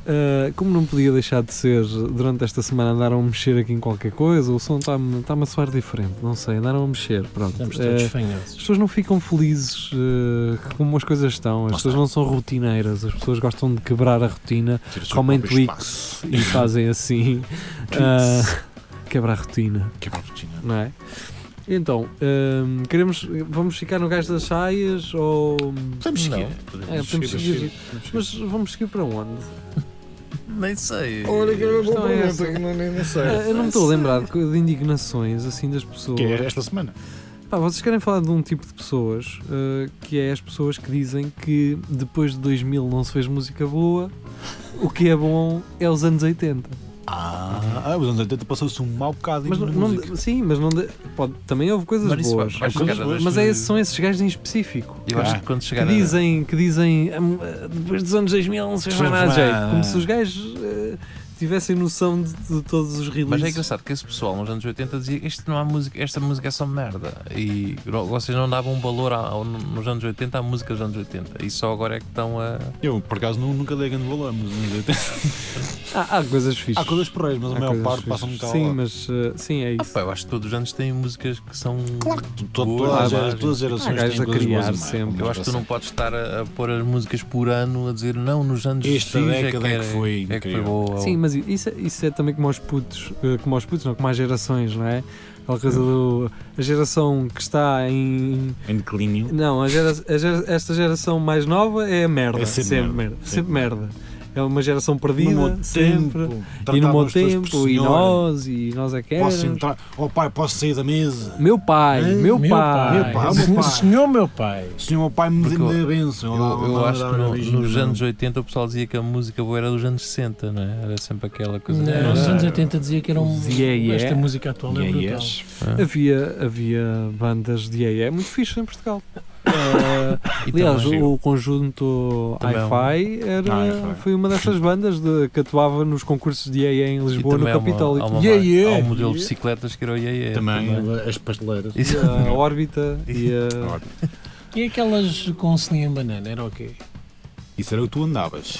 Speaker 2: Ah, como não podia deixar de ser, durante esta semana andaram a mexer aqui em qualquer coisa, o som está-me está a soar diferente, não sei, andaram a mexer, pronto.
Speaker 3: Estamos
Speaker 2: Ah,
Speaker 3: todos
Speaker 2: as
Speaker 3: fanhosos.
Speaker 2: pessoas não ficam felizes ah, como as coisas estão, as pessoas não são rotineiras, as pessoas gostam de quebrar a rotina,
Speaker 5: Tira o seu
Speaker 2: comem
Speaker 5: próprio
Speaker 2: Twix e fazem assim, ah, quebrar a
Speaker 5: espaço.
Speaker 2: rotina
Speaker 5: Que é para a rotina.
Speaker 2: não é? Então, hum, queremos, vamos ficar no gajo das saias ou.
Speaker 5: Podemos seguir.
Speaker 2: É, podemos
Speaker 5: Podemos
Speaker 2: seguir.
Speaker 5: seguir.
Speaker 2: Mas vamos seguir para onde?
Speaker 4: Nem sei.
Speaker 6: Oh. Olha que era
Speaker 2: bom
Speaker 6: bom
Speaker 2: Não é pergunta, essa.
Speaker 6: que não,
Speaker 2: Ah,
Speaker 6: sei.
Speaker 2: eu não me estou a lembrar de, co- de indignações assim das pessoas.
Speaker 5: Que é esta semana.
Speaker 2: Pá, vocês querem falar de um tipo de pessoas ah, que é as pessoas que dizem que depois de 2000 não se fez música boa, o que é bom é os anos 80.
Speaker 6: Ah, ah, os anos 80 passou-se um mau bocado
Speaker 2: Mas não,
Speaker 6: mas, na
Speaker 2: não-
Speaker 6: música.
Speaker 2: sim, mas não de- pode- também houve coisas
Speaker 4: Mas isso vai-
Speaker 2: boas.
Speaker 4: vai chegar a-
Speaker 2: mas é, são esses gajos em específico.
Speaker 4: Eu
Speaker 6: Ah.
Speaker 4: acho que quando
Speaker 2: que
Speaker 4: chegar a-
Speaker 2: dizem, que dizem "Ah, m- depois dos anos 2000 não se faz mais nada de jeito. Como se os gajos eh, tivessem noção de, de todos os
Speaker 4: Mas é
Speaker 2: releases.
Speaker 4: engraçado que esse pessoal nos anos 80 dizia isto não há música, esta música é só merda. E não- vocês não davam um valor ao, nos anos 80 à música dos anos 80. E só agora é que estão a.
Speaker 5: Eu, por acaso, nu- nunca dei grande valor, mas os anos 80.
Speaker 2: há, há coisas fixas.
Speaker 6: Há coisas porreiras, mas a
Speaker 2: Há
Speaker 6: maior
Speaker 2: coisas
Speaker 6: parte
Speaker 2: fixas.
Speaker 6: passa um bocado
Speaker 2: Sim,
Speaker 6: ao lado.
Speaker 2: mas eh, sim, é
Speaker 4: Ah,
Speaker 2: isso.
Speaker 4: pá, eu acho que todos os anos têm músicas que são.
Speaker 6: Claro que tu- tu-
Speaker 4: Boas,
Speaker 6: todas as
Speaker 4: há
Speaker 6: gera-
Speaker 4: várias.
Speaker 6: todas as
Speaker 2: Há
Speaker 6: gerações
Speaker 2: gajos
Speaker 6: têm
Speaker 2: Ah, a
Speaker 6: coisas boas
Speaker 2: criar
Speaker 6: e más.
Speaker 2: sempre.
Speaker 4: Eu acho que tu não podes estar a, a pôr as músicas por ano a dizer não, nos anos
Speaker 5: Esta
Speaker 4: X é
Speaker 5: década é
Speaker 4: era-
Speaker 5: que foi
Speaker 4: é que foi
Speaker 5: incrível."
Speaker 4: boa.
Speaker 2: Sim, mas i- isso, é- isso é também como aos putos, eh, como aos putos, não, como às gerações, não é? Aquela coisa do. A geração que está em.
Speaker 5: Em declínio.
Speaker 2: Não, a gera- a gera- esta geração mais nova é a merda.
Speaker 5: É
Speaker 2: sempre,
Speaker 5: sempre
Speaker 2: merda.
Speaker 5: merda.
Speaker 2: Sempre merda. É uma geração
Speaker 6: No meu
Speaker 2: perdida, sempre. E
Speaker 6: tempo,
Speaker 2: no
Speaker 6: tratava
Speaker 2: meu
Speaker 6: as pessoas por
Speaker 2: tempo, e
Speaker 6: senhora.
Speaker 2: nós, e nós é que éramos.
Speaker 6: Posso entrar? Oh pai, posso sair da mesa?
Speaker 2: Meu pai,
Speaker 6: Ei,
Speaker 2: meu, pai.
Speaker 6: meu pai.
Speaker 3: Senhor- Senhor, meu pai.
Speaker 6: Senhor, meu pai me
Speaker 4: Porque
Speaker 6: dê
Speaker 4: eu-
Speaker 6: me dê a benção.
Speaker 4: Eu,
Speaker 6: Lá,
Speaker 4: eu
Speaker 6: lá, lá,
Speaker 4: acho
Speaker 6: lá,
Speaker 4: que no-
Speaker 6: lá, beijinho,
Speaker 4: nos
Speaker 6: não.
Speaker 4: anos 80 o pessoal dizia que a música boa era dos anos 60, não é? Era sempre aquela coisa. né?
Speaker 3: Não,
Speaker 4: Não,
Speaker 3: Eh, Nos
Speaker 4: não.
Speaker 3: anos 80 dizia que era um.
Speaker 2: Os yeah, yeah.
Speaker 3: Esta música atual é
Speaker 5: Yeah,
Speaker 3: brutal.
Speaker 5: yes.
Speaker 2: Havia, havia bandas de EE muito fixe em Portugal. Eh,
Speaker 4: E
Speaker 2: aliás,
Speaker 4: também-
Speaker 2: o conjunto
Speaker 4: Também é um-
Speaker 2: Hi-Fi era-
Speaker 5: Ah, Hi-Fi.
Speaker 2: foi uma dessas bandas de, que atuava nos concursos de EE em
Speaker 4: e
Speaker 2: Lisboa, no
Speaker 4: também há uma-
Speaker 2: Capitólio.
Speaker 4: Há, uma
Speaker 3: Yeah,
Speaker 4: marca-
Speaker 3: yeah,
Speaker 4: há um modelo
Speaker 3: yeah.
Speaker 4: de bicicletas que era o yeah, yeah,
Speaker 5: Também.
Speaker 3: As pasteleiras.
Speaker 4: Isso-
Speaker 2: E a órbita e a.
Speaker 5: Ora,
Speaker 3: E aquelas com selinho em banana, era o quê?
Speaker 5: Isso era o que tu andavas.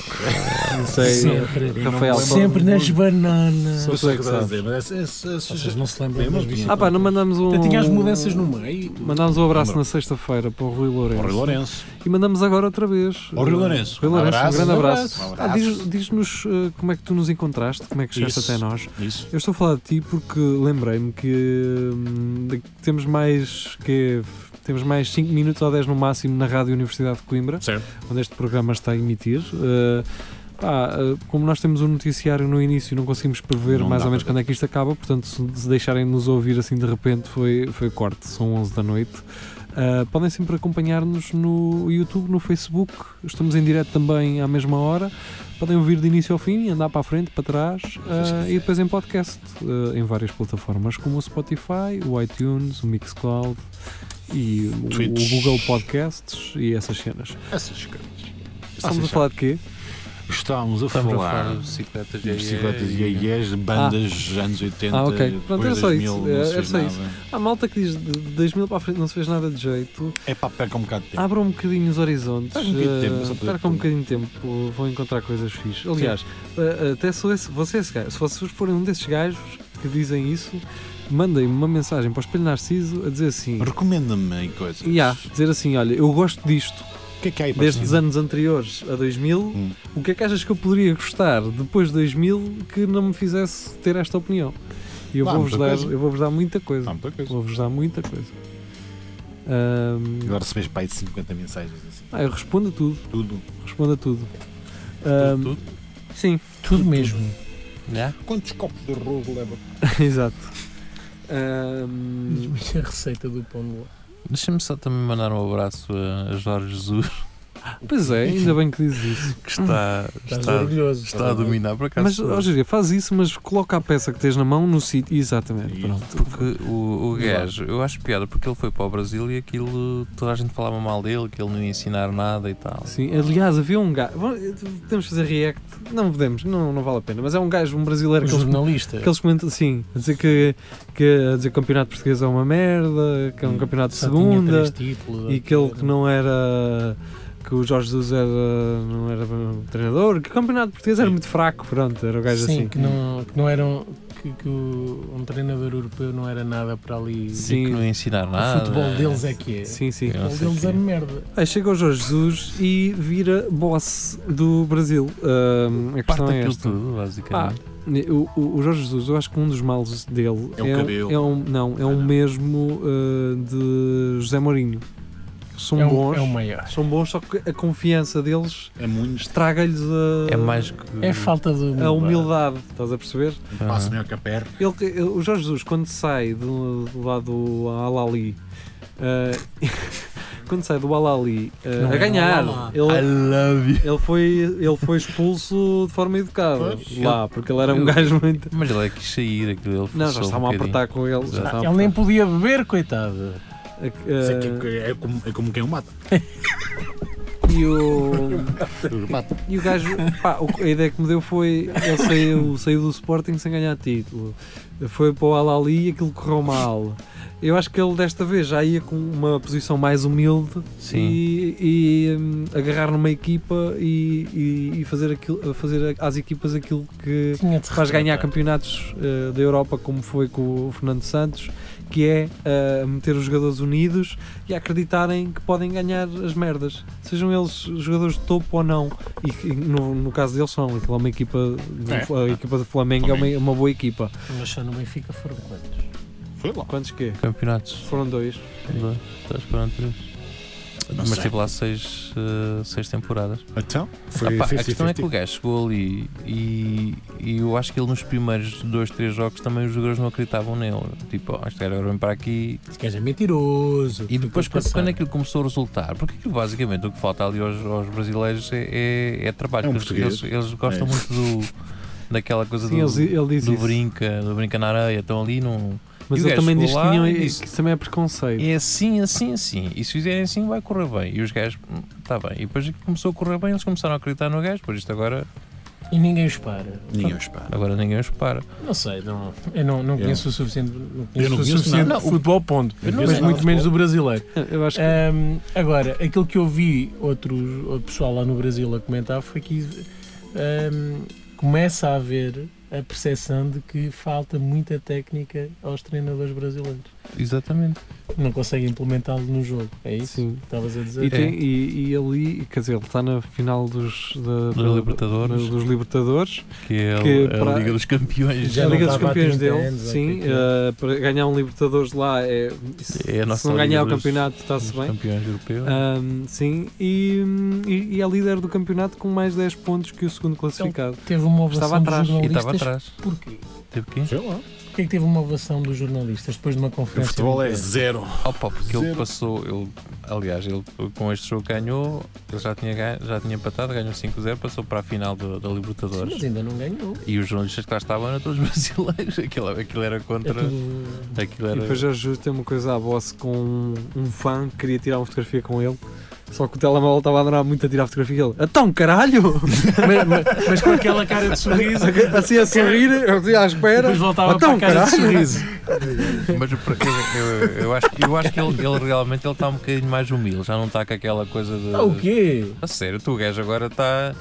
Speaker 2: Não sei.
Speaker 3: Sempre.
Speaker 2: Rafael, só-
Speaker 3: Sempre nas bananas.
Speaker 2: Só-
Speaker 6: Eu sei o
Speaker 2: Sou
Speaker 6: que estás a dizer, mas esse- esse-
Speaker 3: Vocês
Speaker 6: esse-
Speaker 3: não se lembram
Speaker 6: Lembro,
Speaker 3: das
Speaker 6: tinha.
Speaker 3: bicicletas?
Speaker 2: Ah, pá, não mandamos um.
Speaker 3: Até tinha as mudanças no meio. e tudo.
Speaker 2: Mandámos um abraço na sexta-feira para o Rui Lourenço.
Speaker 5: Para o Lourenço.
Speaker 2: E mandamos agora outra vez.
Speaker 6: Ó, Rui Lourenço,
Speaker 2: Rui
Speaker 6: um
Speaker 2: Lourenço, um
Speaker 6: abraço.
Speaker 2: grande
Speaker 3: Um
Speaker 2: abraço.
Speaker 3: abraço.
Speaker 5: Um
Speaker 2: Ah,
Speaker 5: abraço.
Speaker 2: diz- Diz-nos eh, como é que tu nos encontraste, como é que chegaste
Speaker 5: Isso.
Speaker 2: até nós.
Speaker 5: Isso.
Speaker 2: Eu estou a falar de ti porque lembrei-me que hum, de- temos mais que é, temos mais 5 minutos ou 10 no máximo na Rádio Universidade de Coimbra,
Speaker 5: Certo.
Speaker 2: onde este programa está a emitir. Eh, pá, eh, como nós temos um noticiário no início, não conseguimos prever
Speaker 5: Não
Speaker 2: mais
Speaker 5: dá
Speaker 2: ou menos
Speaker 5: para ver.
Speaker 2: quando é que isto acaba, portanto, se se deixarem nos ouvir assim de repente, foi, foi corte, são 11 da noite. Eh, podem sempre acompanhar-nos no YouTube, no Facebook, estamos em direto também à mesma hora. Podem ouvir de início ao fim, andar para a frente, para trás eh, e depois em podcast eh, em várias plataformas como o Spotify, o iTunes, o Mixcloud e o-
Speaker 5: Twitch.
Speaker 2: o Google Podcasts e essas cenas.
Speaker 5: Essas coisas.
Speaker 2: Estamos a falar de quê?
Speaker 5: Estamos a
Speaker 4: Estamos a
Speaker 5: falar
Speaker 4: falar de bicicletas,
Speaker 5: de
Speaker 4: yeah,
Speaker 5: bicicletas e
Speaker 4: yeah,
Speaker 5: IEs, bandas anos 80.
Speaker 2: Ah, ok. Pronto,
Speaker 5: depois
Speaker 2: era só
Speaker 5: 2000,
Speaker 2: isso.
Speaker 5: não
Speaker 2: Era-
Speaker 5: se
Speaker 2: era
Speaker 5: fez
Speaker 2: só
Speaker 5: nada.
Speaker 2: isso. Há malta que diz de 2000 para a frente não se fez nada de jeito.
Speaker 6: É pá, perca um bocado de tempo.
Speaker 2: Abram um bocadinho os horizontes.
Speaker 5: Perca um bocadinho de tempo,
Speaker 2: eh,
Speaker 5: só para-
Speaker 2: percam um bocadinho de tempo, vão encontrar coisas fixas. Aliás, eh, até sou esse, você é esse gajo. Se vocês forem um desses gajos que dizem isso, mandem-me uma mensagem para o Espelho Narciso a dizer assim.
Speaker 5: Recomenda-me aí coisas.
Speaker 2: E há, dizer assim, olha, eu gosto disto
Speaker 5: O que é que há aí para
Speaker 2: desde os
Speaker 5: cima?
Speaker 2: anos anteriores a 2000,
Speaker 5: Hum.
Speaker 2: o que é que achas que eu poderia gostar depois de 2000 que não me fizesse ter esta opinião? E eu
Speaker 6: Dá
Speaker 2: vou-vos
Speaker 6: muita
Speaker 2: dar,
Speaker 6: coisa.
Speaker 2: eu vou dar muita coisa.
Speaker 6: Não, muita coisa.
Speaker 2: Vou-vos dar muita coisa. Ahm,
Speaker 6: Agora recebes para aí de 50 mensagens assim.
Speaker 2: ah, eu respondo a tudo.
Speaker 6: Tudo.
Speaker 2: Respondo a tudo. Ahm,
Speaker 4: Tudo, tudo.
Speaker 2: Sim.
Speaker 3: Tudo mesmo.
Speaker 4: Um, Yeah.
Speaker 6: Quantos copos de arroz leva?
Speaker 2: Exato. Ahm,
Speaker 3: Diz-me a receita do pão de ló.
Speaker 4: Deixa-me só também mandar um abraço a a Jorge Jesus,
Speaker 2: pois é, ainda bem que dizes isso.
Speaker 4: que está,
Speaker 3: Estás
Speaker 4: está,
Speaker 3: orgulhoso.
Speaker 4: está a dominar por acaso.
Speaker 2: Mas, ó, Jeria, faz isso, mas coloca a peça que tens na mão no sítio. Exatamente.
Speaker 6: Isso.
Speaker 2: Pronto.
Speaker 4: Porque o, o gajo, eu acho piada porque ele foi para o Brasil e aquilo, toda a gente falava mal dele, que ele não ia ensinar nada e tal.
Speaker 2: Sim, aliás, havia um gajo. Podemos fazer react? Não podemos, não, não vale a pena. Mas é um gajo, um brasileiro
Speaker 3: O
Speaker 2: que eles,
Speaker 3: jornalista.
Speaker 2: que eles comentam assim: a dizer que, que a dizer que o campeonato português é uma merda, que é um campeonato de
Speaker 3: Só tinha
Speaker 2: segunda
Speaker 3: três títulos,
Speaker 2: e que ele que não Um era. que o Jorge Jesus era, não era treinador, que o campeonato português era muito fraco. Pronto, era o gajo
Speaker 3: Sim,
Speaker 2: assim.
Speaker 3: que não, que não era um, que, que o- um treinador europeu não era nada para ali.
Speaker 4: Dizia
Speaker 2: Sim.
Speaker 4: que não ia ensinar
Speaker 3: O
Speaker 4: nada.
Speaker 3: futebol deles é que é.
Speaker 2: Sim, sim.
Speaker 4: Eu
Speaker 3: O
Speaker 4: não sei
Speaker 3: futebol deles
Speaker 4: quê.
Speaker 3: é merda.
Speaker 2: Aí chega o Jorge Jesus e vira boss do Brasil. Ahm, a
Speaker 4: Parte
Speaker 2: questão é
Speaker 4: daquilo
Speaker 2: esta.
Speaker 4: tudo, basicamente.
Speaker 2: Ah, O, o- o Jorge Jesus, eu acho que um dos males dele
Speaker 6: É o
Speaker 2: um-
Speaker 6: cabelo.
Speaker 2: é um, não, é um mesmo ah, de José Mourinho. São
Speaker 3: é, um,
Speaker 2: bons,
Speaker 3: é o maior.
Speaker 2: são bons, só que a confiança deles
Speaker 6: É muitos.
Speaker 2: estraga-lhes a,
Speaker 4: é mais que.
Speaker 3: É falta de humildade.
Speaker 2: a humildade. Estás a perceber?
Speaker 4: Ah.
Speaker 6: Passa melhor que a perna.
Speaker 2: Ele- ele- o Jorge Jesus, quando sai do, do lado Alali. ah, quando sai do Alali eh,
Speaker 3: Não
Speaker 2: a
Speaker 3: é
Speaker 2: ganhar,
Speaker 3: Al Ahly.
Speaker 2: ele,
Speaker 4: love you.
Speaker 2: Ele foi, ele foi expulso de forma educada
Speaker 6: Pois.
Speaker 2: lá, porque ele era um
Speaker 4: Eu-
Speaker 2: gajo muito.
Speaker 4: Mas ele é que quis sair, aquilo ele
Speaker 2: Não, já
Speaker 4: forçou um
Speaker 2: estavam a
Speaker 4: bocadinho.
Speaker 2: apertar com ele.
Speaker 4: Exato.
Speaker 2: Já estavam a
Speaker 3: Ele nem
Speaker 2: apertar.
Speaker 3: podia beber, coitado.
Speaker 6: Isso é
Speaker 2: Ah,
Speaker 6: que- É como- é como quem o mata.
Speaker 2: e, o,
Speaker 6: Mata.
Speaker 2: e o gajo, pá, o- a ideia que me deu foi: ele saiu, saiu do Sporting sem ganhar título, foi para o Alali e aquilo correu mal. Eu acho que ele desta vez já ia com uma posição mais humilde
Speaker 4: Sim.
Speaker 2: e, e, hum, agarrar numa equipa e, e- e fazer, aquilo, fazer às equipas aquilo que,
Speaker 3: Tinha de se
Speaker 2: faz ganhar
Speaker 3: retratar.
Speaker 2: campeonatos eh, da Europa, como foi com o Fernando Santos, que é eh, meter os jogadores unidos e acreditarem que podem ganhar as merdas, sejam eles jogadores de topo ou não. E, que, no, no caso deles, são aquela é uma equipa, do-
Speaker 6: É.
Speaker 2: a equipa do Flamengo, é uma- é uma, boa equipa.
Speaker 3: Mas só no Benfica foram quantos?
Speaker 6: Foi lá.
Speaker 2: Quantos quê?
Speaker 4: Campeonatos.
Speaker 2: Foram dois.
Speaker 4: Dois, três, quatro, três.
Speaker 6: Não
Speaker 4: Mas
Speaker 6: sei.
Speaker 4: teve lá seis, eh, seis temporadas.
Speaker 6: Então,
Speaker 4: Ah
Speaker 6: foi
Speaker 4: pá, a
Speaker 6: 50,
Speaker 4: questão é que o
Speaker 6: 50.
Speaker 4: gajo chegou ali e, e eu acho que ele nos primeiros dois, três jogos também os jogadores não acreditavam nele. Tipo, oh, este gajo agora vem para aqui.
Speaker 3: Esse gajo é mentiroso.
Speaker 4: E depois,
Speaker 3: Foi
Speaker 4: quando,
Speaker 3: passar.
Speaker 4: quando
Speaker 6: é
Speaker 4: aquilo começou a resultar, porque aquilo basicamente o que falta ali aos, aos brasileiros é, é- é trabalho.
Speaker 6: É um
Speaker 4: porque eles,
Speaker 6: português.
Speaker 4: eles gostam
Speaker 6: É.
Speaker 4: muito do, daquela coisa
Speaker 2: Sim,
Speaker 4: do,
Speaker 2: ele, ele diz
Speaker 4: do
Speaker 2: isso.
Speaker 4: brinca, do brinca na areia. Estão ali num.
Speaker 2: Mas
Speaker 4: E o
Speaker 2: ele
Speaker 4: gajo
Speaker 2: também
Speaker 4: chegou
Speaker 2: diz que,
Speaker 4: lá
Speaker 2: tinham-
Speaker 4: e
Speaker 2: que
Speaker 4: disse-
Speaker 2: isso também é preconceito.
Speaker 4: É assim, assim, assim. E se fizerem assim, vai correr bem. E os gajos, está bem. E depois começou a correr bem, eles começaram a acreditar no gajo. Por isto agora,
Speaker 3: E ninguém os para.
Speaker 6: Ninguém os para.
Speaker 4: agora ninguém os para.
Speaker 3: Não sei, não, eu não, não
Speaker 6: Eu-
Speaker 3: conheço o suficiente. Não conheço
Speaker 6: não
Speaker 3: o
Speaker 6: conheço
Speaker 3: suficiente
Speaker 6: nada.
Speaker 3: de futebol, ponto.
Speaker 6: Eu não
Speaker 3: Mas
Speaker 6: conheço nada
Speaker 3: muito
Speaker 6: de
Speaker 3: menos do brasileiro.
Speaker 2: Eu
Speaker 4: é,
Speaker 2: acho que
Speaker 3: Ahm, agora, aquilo que eu vi outros, o pessoal lá no Brasil a comentar foi que ahm, começa a haver a percepção de que falta muita técnica aos treinadores brasileiros.
Speaker 4: Exatamente.
Speaker 3: Não conseguem implementá-lo no jogo, é isso?
Speaker 2: sim.
Speaker 3: Estavas a
Speaker 4: É.
Speaker 3: dizer?
Speaker 2: E, tem- e- e ali, quer dizer, ele está na final dos, da-
Speaker 4: Dos Libertadores.
Speaker 2: dos Libertadores.
Speaker 4: que é a-
Speaker 2: Que
Speaker 4: a,
Speaker 2: para-
Speaker 4: Liga dos Campeões.
Speaker 3: Já
Speaker 2: a
Speaker 3: não
Speaker 2: Liga dos
Speaker 3: estava há
Speaker 2: Campeões
Speaker 3: 30
Speaker 2: dele,
Speaker 3: anos, ou o
Speaker 2: sim.
Speaker 3: que é que é?
Speaker 2: eh, para ganhar um Libertadores lá é. Se,
Speaker 4: É a nossa
Speaker 2: se não ganhar
Speaker 4: Liga
Speaker 2: o
Speaker 4: dos-
Speaker 2: campeonato, está-se
Speaker 4: dos
Speaker 2: bem.
Speaker 4: Campeões europeus.
Speaker 2: Ahm, sim, e, e, e é líder do campeonato com mais 10 pontos que o segundo classificado.
Speaker 3: Teve uma ovação
Speaker 2: Estava atrás.
Speaker 3: dos
Speaker 4: e
Speaker 3: jornalistas.
Speaker 4: estava atrás.
Speaker 3: Porquê?
Speaker 4: Teve quê?
Speaker 6: Sei lá.
Speaker 3: Porquê é que teve uma ovação dos jornalistas depois de uma
Speaker 6: O
Speaker 3: conferência?
Speaker 6: futebol é
Speaker 3: de imprensa?
Speaker 6: zero.
Speaker 4: Opa, porque ele
Speaker 6: Zero.
Speaker 4: passou. Ele, aliás, ele com este jogo ganhou. Ele já tinha, ganho, já tinha empatado, ganhou 5-0, passou para a final
Speaker 3: Sim,
Speaker 4: do- da
Speaker 3: Mas
Speaker 4: Libertadores.
Speaker 3: ainda não ganhou.
Speaker 4: E os jornalistas que lá estavam eram todos brasileiros. Aquilo, aquilo era
Speaker 3: É
Speaker 4: contra.
Speaker 3: tudo
Speaker 4: Aquilo
Speaker 2: E
Speaker 4: era.
Speaker 2: depois já justo tem uma coisa à boss com um, um fã que queria tirar uma fotografia com ele. Só que o telemóvel estava a demorar muito a tirar a fotografia e ele. Então, caralho!
Speaker 3: mas, mas- mas com aquela cara de sorriso,
Speaker 2: assim a sorrir, eu dizia à espera.
Speaker 3: depois voltava
Speaker 2: Então,
Speaker 3: para a cara
Speaker 2: caralho.
Speaker 3: de sorriso.
Speaker 4: Mas por- eu, eu- eu acho, eu acho que ele, ele realmente ele tá está
Speaker 2: Tá,
Speaker 4: um bocadinho mais humilde. Já não está com aquela tá coisa de.
Speaker 3: Ah, o quê?
Speaker 4: A sério, tu o gajo agora está.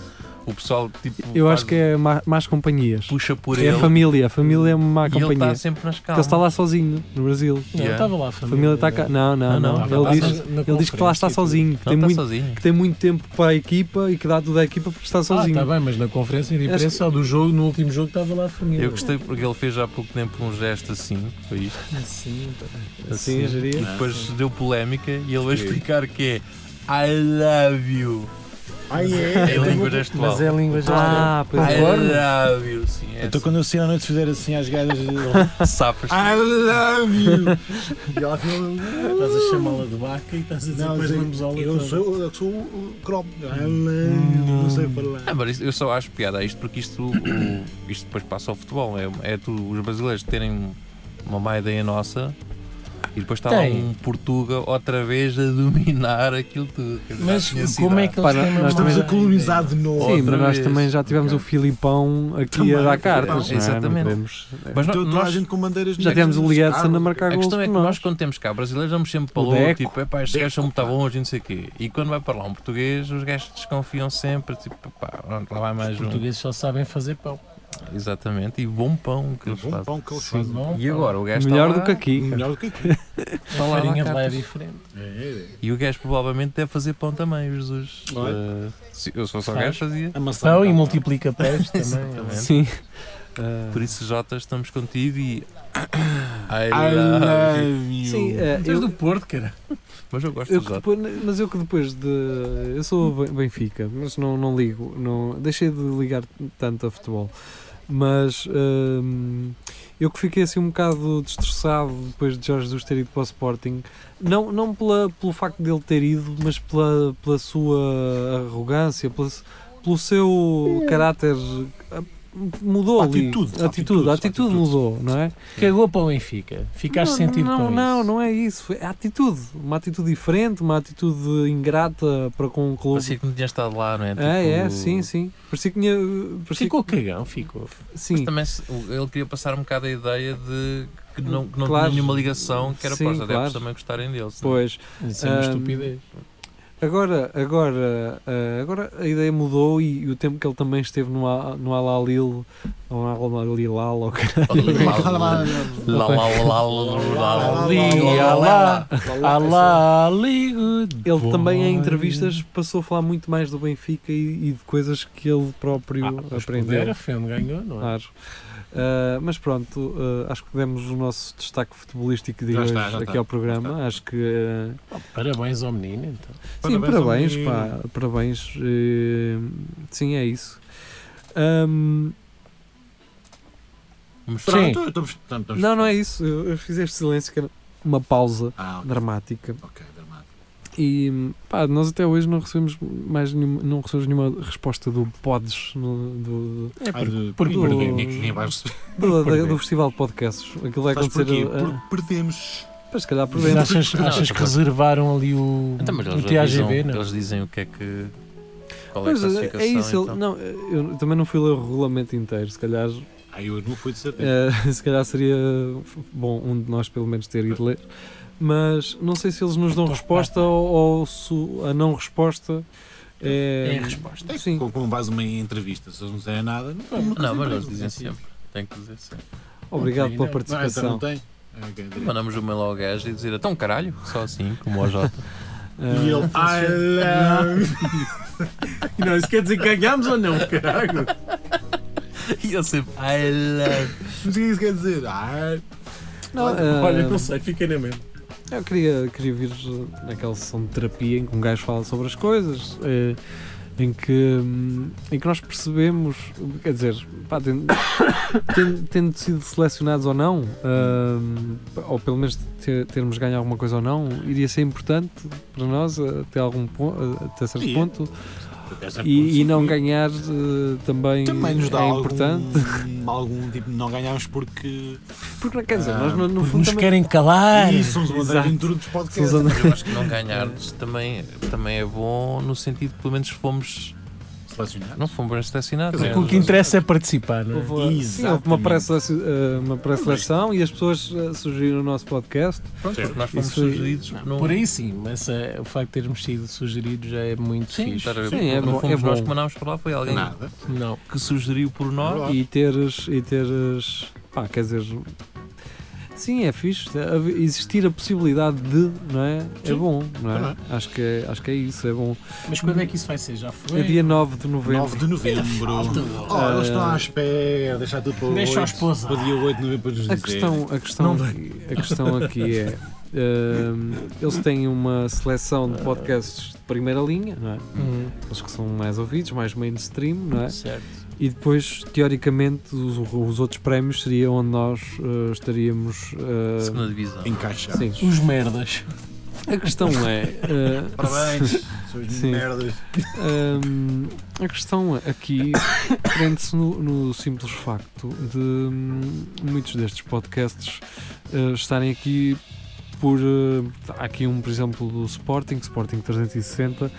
Speaker 4: O pessoal, tipo,
Speaker 2: Eu
Speaker 4: faz-
Speaker 2: acho que é má, más companhias.
Speaker 4: puxa por
Speaker 2: É
Speaker 4: ele.
Speaker 2: a família, a família é uma má
Speaker 4: e ele tá assim,
Speaker 2: companhia.
Speaker 4: está
Speaker 2: Porque
Speaker 4: sempre na escala.
Speaker 2: ele está lá sozinho, no Brasil.
Speaker 3: Não,
Speaker 4: Yeah.
Speaker 3: estava lá a
Speaker 2: A
Speaker 3: família.
Speaker 2: família está cá. Não, não,
Speaker 4: Não,
Speaker 2: não.
Speaker 4: não,
Speaker 3: Estava
Speaker 4: não,
Speaker 2: Ele
Speaker 3: lá
Speaker 4: não.
Speaker 2: diz,
Speaker 3: na- na
Speaker 2: ele diz que lá está
Speaker 3: conferência e tudo.
Speaker 2: sozinho, que
Speaker 4: Não
Speaker 2: tem,
Speaker 4: está
Speaker 2: muito,
Speaker 4: tá sozinho.
Speaker 2: que tem muito tempo para a equipa e que dá tudo à equipa porque está
Speaker 3: Ah,
Speaker 2: sozinho.
Speaker 3: está bem, mas na conferência de
Speaker 2: Acho
Speaker 3: imprensa do jogo, no último jogo, estava lá a família.
Speaker 4: Eu gostei porque ele fez há pouco tempo um gesto assim, que foi isto.
Speaker 3: Sim, tá.
Speaker 2: Assim, engenharia.
Speaker 4: E depois deu polémica e ele vai explicar que é I love you. É
Speaker 6: Ah, é?
Speaker 4: a língua gestual.
Speaker 3: Mas é a língua já.
Speaker 2: Ah, pois
Speaker 4: I
Speaker 2: é.
Speaker 4: love you, sim. É
Speaker 5: Então quando eu sair à noite fizer assim às gajas. "Ah,
Speaker 4: assim. Sapas.
Speaker 6: I love you! E ela ficou.
Speaker 3: Estás a chamá-la de vaca e estás a dizer
Speaker 6: Não,
Speaker 3: depois
Speaker 6: eu,
Speaker 3: uma mesola.
Speaker 6: eu,
Speaker 3: toda.
Speaker 6: sou, eu sou o o crop. I love you! Não sei falar.
Speaker 4: Ah, mas isto- eu só acho piada a isto porque isto, o- isto depois passa ao futebol. É, é tu, os brasileiros terem uma má ideia nossa e depois está lá
Speaker 3: Tem.
Speaker 4: um Portuga outra vez a dominar aquilo tudo. Quer dizer,
Speaker 3: Mas
Speaker 4: a minha
Speaker 3: como é
Speaker 4: cidade.
Speaker 3: que eles
Speaker 2: Pá,
Speaker 3: têm uma
Speaker 2: nós
Speaker 6: Estamos
Speaker 2: também-
Speaker 6: a colonizar de novo.
Speaker 2: Sim,
Speaker 4: Outra
Speaker 2: mas nós
Speaker 4: vez.
Speaker 2: também já tivemos o Filipão aqui
Speaker 6: Também,
Speaker 2: a
Speaker 6: o
Speaker 2: dar
Speaker 6: Filipão.
Speaker 2: cartas. não é? Não
Speaker 4: Exatamente.
Speaker 2: podemos-
Speaker 4: Mas no-
Speaker 6: Então Toda
Speaker 4: nós,
Speaker 6: a gente com bandeiras
Speaker 2: Já
Speaker 6: negras
Speaker 2: tivemos o
Speaker 6: nos
Speaker 2: Liedson
Speaker 6: carros.
Speaker 2: a marcar
Speaker 4: a
Speaker 2: gols
Speaker 4: questão é
Speaker 2: por
Speaker 4: que nós,
Speaker 2: nós.
Speaker 4: quando temos cá brasileiros, damos sempre
Speaker 2: O
Speaker 4: para logo,
Speaker 2: Deco.
Speaker 4: tipo, epá, estes gajos são muito bons, não sei o quê. E quando vai para lá um português, os gajos desconfiam sempre, tipo, pá, pronto, lá vai
Speaker 3: Os
Speaker 4: mais um.
Speaker 3: portugueses só sabem fazer pão.
Speaker 4: Exatamente, e bom pão que eles
Speaker 6: Bom
Speaker 4: fazem.
Speaker 6: pão que eles
Speaker 3: Sim,
Speaker 6: fazem.
Speaker 3: bom.
Speaker 4: E agora, o gajo
Speaker 2: Melhor
Speaker 4: está lá,
Speaker 2: do que aqui.
Speaker 6: Melhor do que aqui.
Speaker 4: está
Speaker 3: A
Speaker 4: lá a
Speaker 3: farinha de
Speaker 4: dar
Speaker 3: lá é
Speaker 4: cartas.
Speaker 3: diferente.
Speaker 4: E o gajo provavelmente deve fazer pão também, o Jesus.
Speaker 2: é?
Speaker 6: Vai.
Speaker 4: Eh, se eu sou só
Speaker 3: Faz.
Speaker 4: gajo, fazia.
Speaker 6: A maçã.
Speaker 3: Pão e
Speaker 6: tá.
Speaker 3: multiplica pés também.
Speaker 4: Exatamente.
Speaker 2: Sim. Ah,
Speaker 4: Por isso, Jota, estamos contigo e. I
Speaker 2: é
Speaker 6: I
Speaker 4: love you.
Speaker 6: love you.
Speaker 2: Sim, ah,
Speaker 3: Tu és
Speaker 2: eu,
Speaker 3: do Porto, cara.
Speaker 4: Mas eu gosto
Speaker 2: eu
Speaker 4: de
Speaker 2: que
Speaker 4: Jota.
Speaker 2: depois, mas eu que depois de. Eu sou Ben- Benfica, mas não, não ligo. Não, deixei de ligar tanto a futebol. Mas hum, eu que fiquei assim um bocado destroçado depois de Jorge Jesus ter ido para o Sporting. Não, não pela, pelo facto dele ter ido, mas pela, pela sua arrogância, pela, su- pelo seu caráter. ah, Mudou ali.
Speaker 6: Atitude,
Speaker 2: atitude,
Speaker 6: atitude,
Speaker 2: a atitude,
Speaker 6: atitude.
Speaker 2: mudou, não é?
Speaker 3: Cagou para o Benfica. Ficaste
Speaker 2: não,
Speaker 3: sentido
Speaker 2: não,
Speaker 3: com
Speaker 2: Não,
Speaker 3: isso.
Speaker 2: não é isso. Foi a atitude. Uma atitude diferente, uma atitude ingrata para com o clube.
Speaker 4: Parecia que não tinha estado lá, não é?
Speaker 2: É, é,
Speaker 4: Tipo,
Speaker 2: sim, sim. Parecia que tinha. Parecia
Speaker 3: Ficou cagão, ficou.
Speaker 2: que- sim.
Speaker 4: Também se- o- ele queria passar um bocado a ideia de que não, que não
Speaker 2: Claro.
Speaker 4: tinha nenhuma ligação, que era
Speaker 2: Sim,
Speaker 4: para os adeptos
Speaker 2: claro.
Speaker 4: também gostarem dele. sim.
Speaker 2: Pois.
Speaker 3: Isso é uma
Speaker 2: Ahm,
Speaker 3: estupidez.
Speaker 2: Agora, agora, ah, agora a ideia mudou e, e o tempo que ele também esteve no, Al- no Alalil, ou no Alalilal, ou o que-
Speaker 4: Lá, lá, lá, lá, lá, lá, lá, lá, lá, lá.
Speaker 3: Alá, ligo.
Speaker 2: ele também em entrevistas passou a falar muito mais do Benfica e, e de coisas que ele
Speaker 3: Ah,
Speaker 2: próprio
Speaker 4: Ah,
Speaker 2: aprendeu.
Speaker 3: Era, foi onde ganhou, não é?
Speaker 2: Claro. Ah, mas pronto, ah, acho que demos o nosso destaque futebolístico de
Speaker 6: Já
Speaker 2: hoje
Speaker 6: está, já
Speaker 2: aqui
Speaker 6: está,
Speaker 2: ao programa. Acho que. ah,
Speaker 3: Parabéns ao menino, então.
Speaker 2: sim,
Speaker 6: Parabéns ao
Speaker 2: parabéns,
Speaker 6: menino.
Speaker 2: pá, parabéns. eh, sim, é isso. Ah, Ahm,
Speaker 4: Vamos-
Speaker 3: Sim.
Speaker 6: Pronto, estamos- estamos- estamos-
Speaker 2: não, não é isso. Eu, eu fiz este silêncio que era uma pausa
Speaker 6: Ah, ok,
Speaker 2: dramática.
Speaker 6: ok, dramático.
Speaker 2: E pá, nós até hoje não recebemos mais nenhuma, não recebemos nenhuma resposta do Pods no- do,
Speaker 3: É
Speaker 6: Ah,
Speaker 3: porque
Speaker 6: de-
Speaker 3: porque-
Speaker 6: por- ninguém- ninguém- ninguém vai receber.
Speaker 2: do,
Speaker 6: Porquê?
Speaker 2: do- do Festival de Podcasts. Aquilo vai
Speaker 6: Sabes
Speaker 2: acontecer.
Speaker 6: porquê?
Speaker 2: ah,
Speaker 6: Porque perdemos.
Speaker 2: pois, se calhar por
Speaker 3: Mas
Speaker 2: dentro.
Speaker 3: achas,
Speaker 4: Não,
Speaker 3: achas que
Speaker 4: claro.
Speaker 3: reservaram ali o,
Speaker 4: Então, mas
Speaker 3: o
Speaker 4: eles, já
Speaker 3: TAGV,
Speaker 4: dizem,
Speaker 3: não?
Speaker 4: eles dizem o que é que. Qual é a
Speaker 2: Pois, é,
Speaker 4: classificação?
Speaker 2: é isso. ele-
Speaker 4: então.
Speaker 2: não, eu também não fui ler o regulamento inteiro. Se calhar,
Speaker 6: Aí eu não fui de certeza.
Speaker 2: eh, se calhar seria f- bom um de nós, pelo menos, ter ido ler. Mas não sei se eles nos dão resposta ou, ou se a não resposta é.
Speaker 6: É a resposta. É
Speaker 2: Sim.
Speaker 6: como- Como vais uma entrevista, se eles não disserem nada, não vamos nunca
Speaker 4: Não,
Speaker 6: ser
Speaker 4: mas eles
Speaker 6: presos,
Speaker 4: dizem
Speaker 6: é
Speaker 4: sempre. Tem que dizer sempre.
Speaker 2: Obrigado pela
Speaker 6: Não, essa não
Speaker 2: participação.
Speaker 6: tem. Ah, ok, direito.
Speaker 4: Mandamos o mail ao gajo e dizer, então caralho, só assim, como ao Jota.
Speaker 2: Ah,
Speaker 6: E ele, I love
Speaker 3: Não, isso quer dizer que ganhámos ou não, caralho?
Speaker 4: e ele sempre, I love.
Speaker 6: Mas o que é que isso quer dizer? Ai,
Speaker 2: não, ah,
Speaker 3: Olha, não sei, fiquei na mesma.
Speaker 2: Eu queria, queria vir eh, naquela sessão de terapia em que um gajo fala sobre as coisas, eh, em, que, hum, em que nós percebemos, quer dizer, pá, ten- ten- tendo, sido selecionados ou não, hum, ou pelo menos ter- termos ganho alguma coisa ou não, iria ser importante para nós eh, até, algum pon- eh, até certo
Speaker 6: Ia.
Speaker 2: ponto
Speaker 6: essa
Speaker 2: e, e não
Speaker 6: coisa
Speaker 2: ganhar eh, também,
Speaker 6: Também Então, nos dá
Speaker 2: é
Speaker 6: algum,
Speaker 2: importante.
Speaker 6: algum tipo, não ganhámos porque.
Speaker 2: Porque, quer dizer,
Speaker 6: Ah,
Speaker 2: nós no, no
Speaker 3: Porque
Speaker 2: fundo
Speaker 3: nos
Speaker 2: também
Speaker 3: querem calar.
Speaker 6: Ih, somos uma
Speaker 2: exato.
Speaker 6: aventura dos podcasts.
Speaker 2: Somos
Speaker 4: Eu acho que não ganhar também, também é bom no sentido que pelo menos fomos
Speaker 6: selecionados.
Speaker 4: Não fomos bem selecionados.
Speaker 6: Quer dizer,
Speaker 4: é.
Speaker 3: O que interessa é participar, não é?
Speaker 2: Houve, sim, houve uma
Speaker 6: Exatamente.
Speaker 2: pré-sele- eh, uma pré-seleção e as pessoas eh, sugeriram o nosso podcast.
Speaker 4: Pronto, nós fomos
Speaker 2: Isso foi-
Speaker 4: sugeridos
Speaker 3: Não,
Speaker 4: por um-
Speaker 3: Por aí sim, mas eh, o facto de termos sido sugeridos já é muito
Speaker 4: Sim,
Speaker 3: fixe.
Speaker 4: estar a ver,
Speaker 2: Sim,
Speaker 4: porque
Speaker 2: é
Speaker 4: não
Speaker 2: bom-
Speaker 4: fomos
Speaker 2: é
Speaker 4: nós
Speaker 2: bom.
Speaker 4: que mandámos para lá, foi alguém
Speaker 6: Nada.
Speaker 3: Não.
Speaker 4: que sugeriu por nós.
Speaker 2: e teres, e teres pá, quer dizer, sim, é fixe. haver- Existir a possibilidade de, não é? É
Speaker 6: Sim,
Speaker 2: bom, não é?
Speaker 6: também.
Speaker 2: Acho, que é acho que é isso, é bom.
Speaker 3: Mas quando é que isso vai ser? Já
Speaker 2: É
Speaker 3: foi?
Speaker 2: dia 9 de novembro.
Speaker 6: 9 de novembro.
Speaker 3: Falta.
Speaker 6: Oh, eles estão à espera, deixar tudo para o
Speaker 3: Deixa os
Speaker 6: 8, para o dia 8 de novembro para nos
Speaker 2: Ah. A
Speaker 6: dizer.
Speaker 2: questão, a questão,
Speaker 3: Não
Speaker 2: aqui, a questão aqui é. hum, eles têm uma seleção de podcasts de primeira linha, não é?
Speaker 6: Uhum.
Speaker 3: Hum,
Speaker 2: Os que são mais ouvidos, mais mainstream, não é?
Speaker 3: certo.
Speaker 2: E depois, teoricamente, os, os outros prémios seria onde nós eh, estaríamos. eh,
Speaker 4: Segunda divisão.
Speaker 6: Encaixar.
Speaker 2: sim.
Speaker 3: Os merdas.
Speaker 2: A questão é. eh,
Speaker 6: Parabéns, suas
Speaker 2: Sim.
Speaker 6: merdas.
Speaker 2: Hum, a questão aqui prende-se no, no simples facto de hum, muitos destes podcasts eh, estarem aqui por. eh, há aqui um, por exemplo, do Sporting, Sporting 360.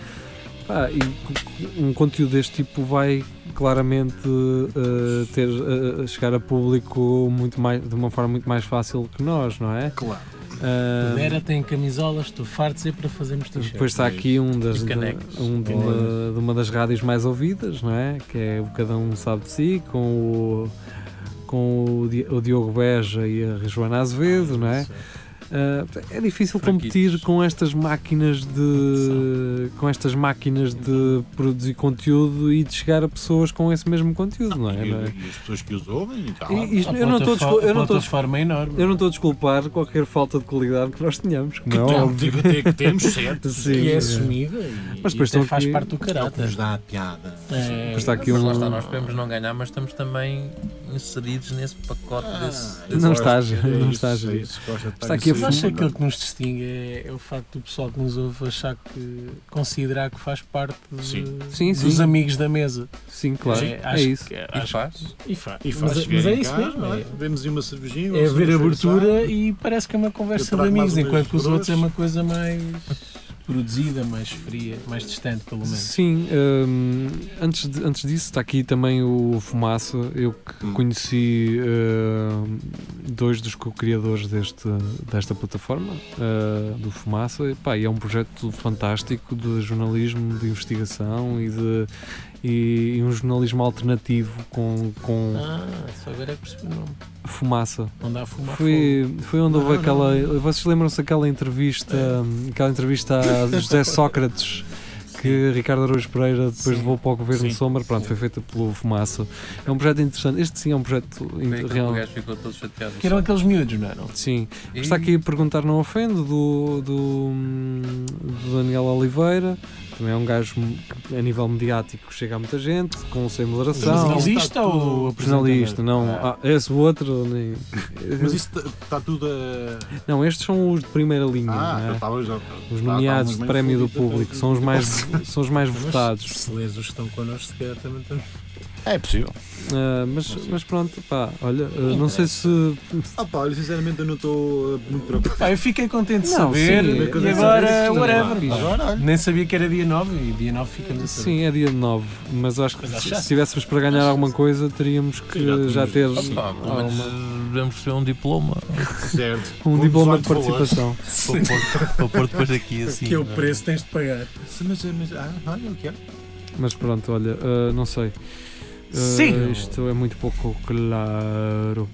Speaker 2: pá, e c- um conteúdo deste tipo vai claramente eh, ter, eh, chegar a público muito mais, de uma forma muito mais fácil que nós, não é?
Speaker 6: Claro.
Speaker 2: Hum,
Speaker 3: Lera tem camisolas, estou farto de dizer para fazermos t-shirts.
Speaker 2: depois está aqui um das,
Speaker 4: E canecas.
Speaker 2: um de, uma, de uma das rádios mais ouvidas, não é? Que é o Cada Um Sabe de Si, com o, com o, Di- o Diogo Beja e a Joana Azevedo, não é? Ah, é difícil
Speaker 4: Franquitos.
Speaker 2: competir com estas máquinas de com estas máquinas de produzir conteúdo e de chegar a pessoas com esse mesmo conteúdo, não é?
Speaker 6: Ah, E,
Speaker 2: Não é?
Speaker 6: e as pessoas que os ouvem e tal. É
Speaker 2: E- e
Speaker 3: A
Speaker 2: eu não estou a
Speaker 3: plataforma-
Speaker 2: descul- eu não estou
Speaker 3: a
Speaker 2: a
Speaker 3: plataforma é enorme.
Speaker 2: eu não estou a desculpar qualquer falta de qualidade que nós tenhamos, como é
Speaker 6: Não,
Speaker 2: óbvio.
Speaker 6: digo até que temos, certo?
Speaker 2: Sim.
Speaker 3: Que é assumida e,
Speaker 2: Mas
Speaker 3: Mas
Speaker 2: depois estão
Speaker 3: faz
Speaker 2: aqui-
Speaker 3: parte do
Speaker 6: É o que nos
Speaker 3: caráter.
Speaker 6: dá a piada.
Speaker 3: É,
Speaker 2: Mas está aqui
Speaker 4: Mas lá
Speaker 2: um-
Speaker 4: está, nós podemos não ganhar, mas estamos também inseridos nesse pacote desse.
Speaker 6: Ah,
Speaker 4: desse
Speaker 2: Não
Speaker 6: eu
Speaker 2: está a
Speaker 6: gosto,
Speaker 2: gerir, não
Speaker 6: é isso,
Speaker 2: está a
Speaker 6: é
Speaker 2: gerir.
Speaker 6: isso, gosto de estar
Speaker 2: Está aqui a
Speaker 6: inserido.
Speaker 3: Eu acho que
Speaker 2: Sim.
Speaker 3: aquilo que nos distingue é, é o facto do pessoal que nos ouve achar que considerar que faz parte de-
Speaker 6: Sim.
Speaker 2: Sim,
Speaker 3: dos
Speaker 2: sim,
Speaker 3: amigos da mesa.
Speaker 2: sim, claro.
Speaker 3: É,
Speaker 2: É
Speaker 3: acho
Speaker 2: isso.
Speaker 3: que-
Speaker 4: E
Speaker 3: acho-
Speaker 4: faz.
Speaker 3: e fa-
Speaker 6: E
Speaker 3: mas-
Speaker 6: faz
Speaker 3: mas,
Speaker 6: chegar
Speaker 3: é
Speaker 6: em
Speaker 3: isso
Speaker 6: casa,
Speaker 3: mesmo.
Speaker 6: não é?
Speaker 3: É,
Speaker 6: Bebemos aí uma cervejinha.
Speaker 3: é
Speaker 6: ou se
Speaker 3: ver a
Speaker 6: vamos
Speaker 3: abertura
Speaker 6: almoçar.
Speaker 3: e parece que é uma conversa de
Speaker 6: trago mais
Speaker 3: amigos,
Speaker 6: umas
Speaker 3: enquanto que os outros é
Speaker 6: pessoas.
Speaker 3: uma coisa mais produzida, mais fria, mais distante, pelo menos.
Speaker 2: Sim, hum, antes, de- antes disso está aqui também o Fumaça, eu que
Speaker 6: Hum.
Speaker 2: conheci hum, dois dos co-criadores deste, desta plataforma, hum, do Fumaça, e, pá, e é um projeto fantástico de jornalismo, de investigação e de e, e um jornalismo alternativo com, com
Speaker 3: Ah, só agora é que percebi o nome.
Speaker 2: fumaça.
Speaker 3: Não dá a fumar fogo.
Speaker 2: Foi, foi onde houve
Speaker 6: Não,
Speaker 2: aquela. Vocês lembram-se daquela entrevista, hum, aquela entrevista a José Sócrates? Que Ricardo Araújo Pereira depois levou para o governo de
Speaker 6: Sim.
Speaker 2: Sombra, pronto, foi feita pelo Fumaça. É um projeto interessante. Este sim é um projeto
Speaker 4: Foi aquele
Speaker 2: in-
Speaker 4: que
Speaker 2: real.
Speaker 4: O gajo ficou todo chateado.
Speaker 3: Que eram aqueles miúdos, não eram?
Speaker 2: Sim.
Speaker 4: E-
Speaker 2: Está aqui a perguntar não ofendo do, do, hum, do Daniel Oliveira. Também é um gajo que, a nível mediático chega a muita gente, com sem moderação.
Speaker 6: Mas
Speaker 3: é Jornalista ou apresentador?
Speaker 2: Jornalista, não.
Speaker 3: Ah,
Speaker 2: Ah, esse outro, nem.
Speaker 6: Mas isso está tudo a.
Speaker 2: Não, estes são os de primeira linha. não
Speaker 6: Ah,
Speaker 2: é?
Speaker 6: estava já.
Speaker 2: Os nomeados de prémio do público são os mais, são os mais votados.
Speaker 3: Se lês os que estão connosco, se calhar também tá- estamos.
Speaker 6: É possível.
Speaker 2: Ah, mas, mas pronto, pá, olha, ah, não sei se.
Speaker 6: Ah, pá, olha, sinceramente eu não estou muito preocupado.
Speaker 3: Pá, eu fiquei contente de
Speaker 2: Não,
Speaker 3: saber.
Speaker 2: sim,
Speaker 3: É, e
Speaker 2: coisa de
Speaker 6: saber,
Speaker 3: agora,
Speaker 6: sim.
Speaker 3: whatever.
Speaker 2: Fixe.
Speaker 6: é Agora, olha.
Speaker 3: Nem sabia que era dia 9 e dia 9 ficamos a saber.
Speaker 2: Sim, é dia 9, mas acho que
Speaker 3: Mas
Speaker 2: se
Speaker 3: achaste?
Speaker 2: se tivéssemos para ganhar alguma coisa teríamos que já
Speaker 6: Já
Speaker 2: ter
Speaker 6: tínhamos.
Speaker 4: Opa, pelo menos devemos receber um diploma
Speaker 6: Certo.
Speaker 2: um
Speaker 6: Com
Speaker 2: diploma de
Speaker 6: 18 valores.
Speaker 2: participação.
Speaker 4: para pôr, para pôr depois aqui assim.
Speaker 3: Que é o preço que tens de pagar.
Speaker 6: Sim, Mas, mas, ah, olha o que é.
Speaker 2: Mas pronto, olha, ah, não sei. Ah,
Speaker 3: Sigam.
Speaker 2: isto é muito pouco claro.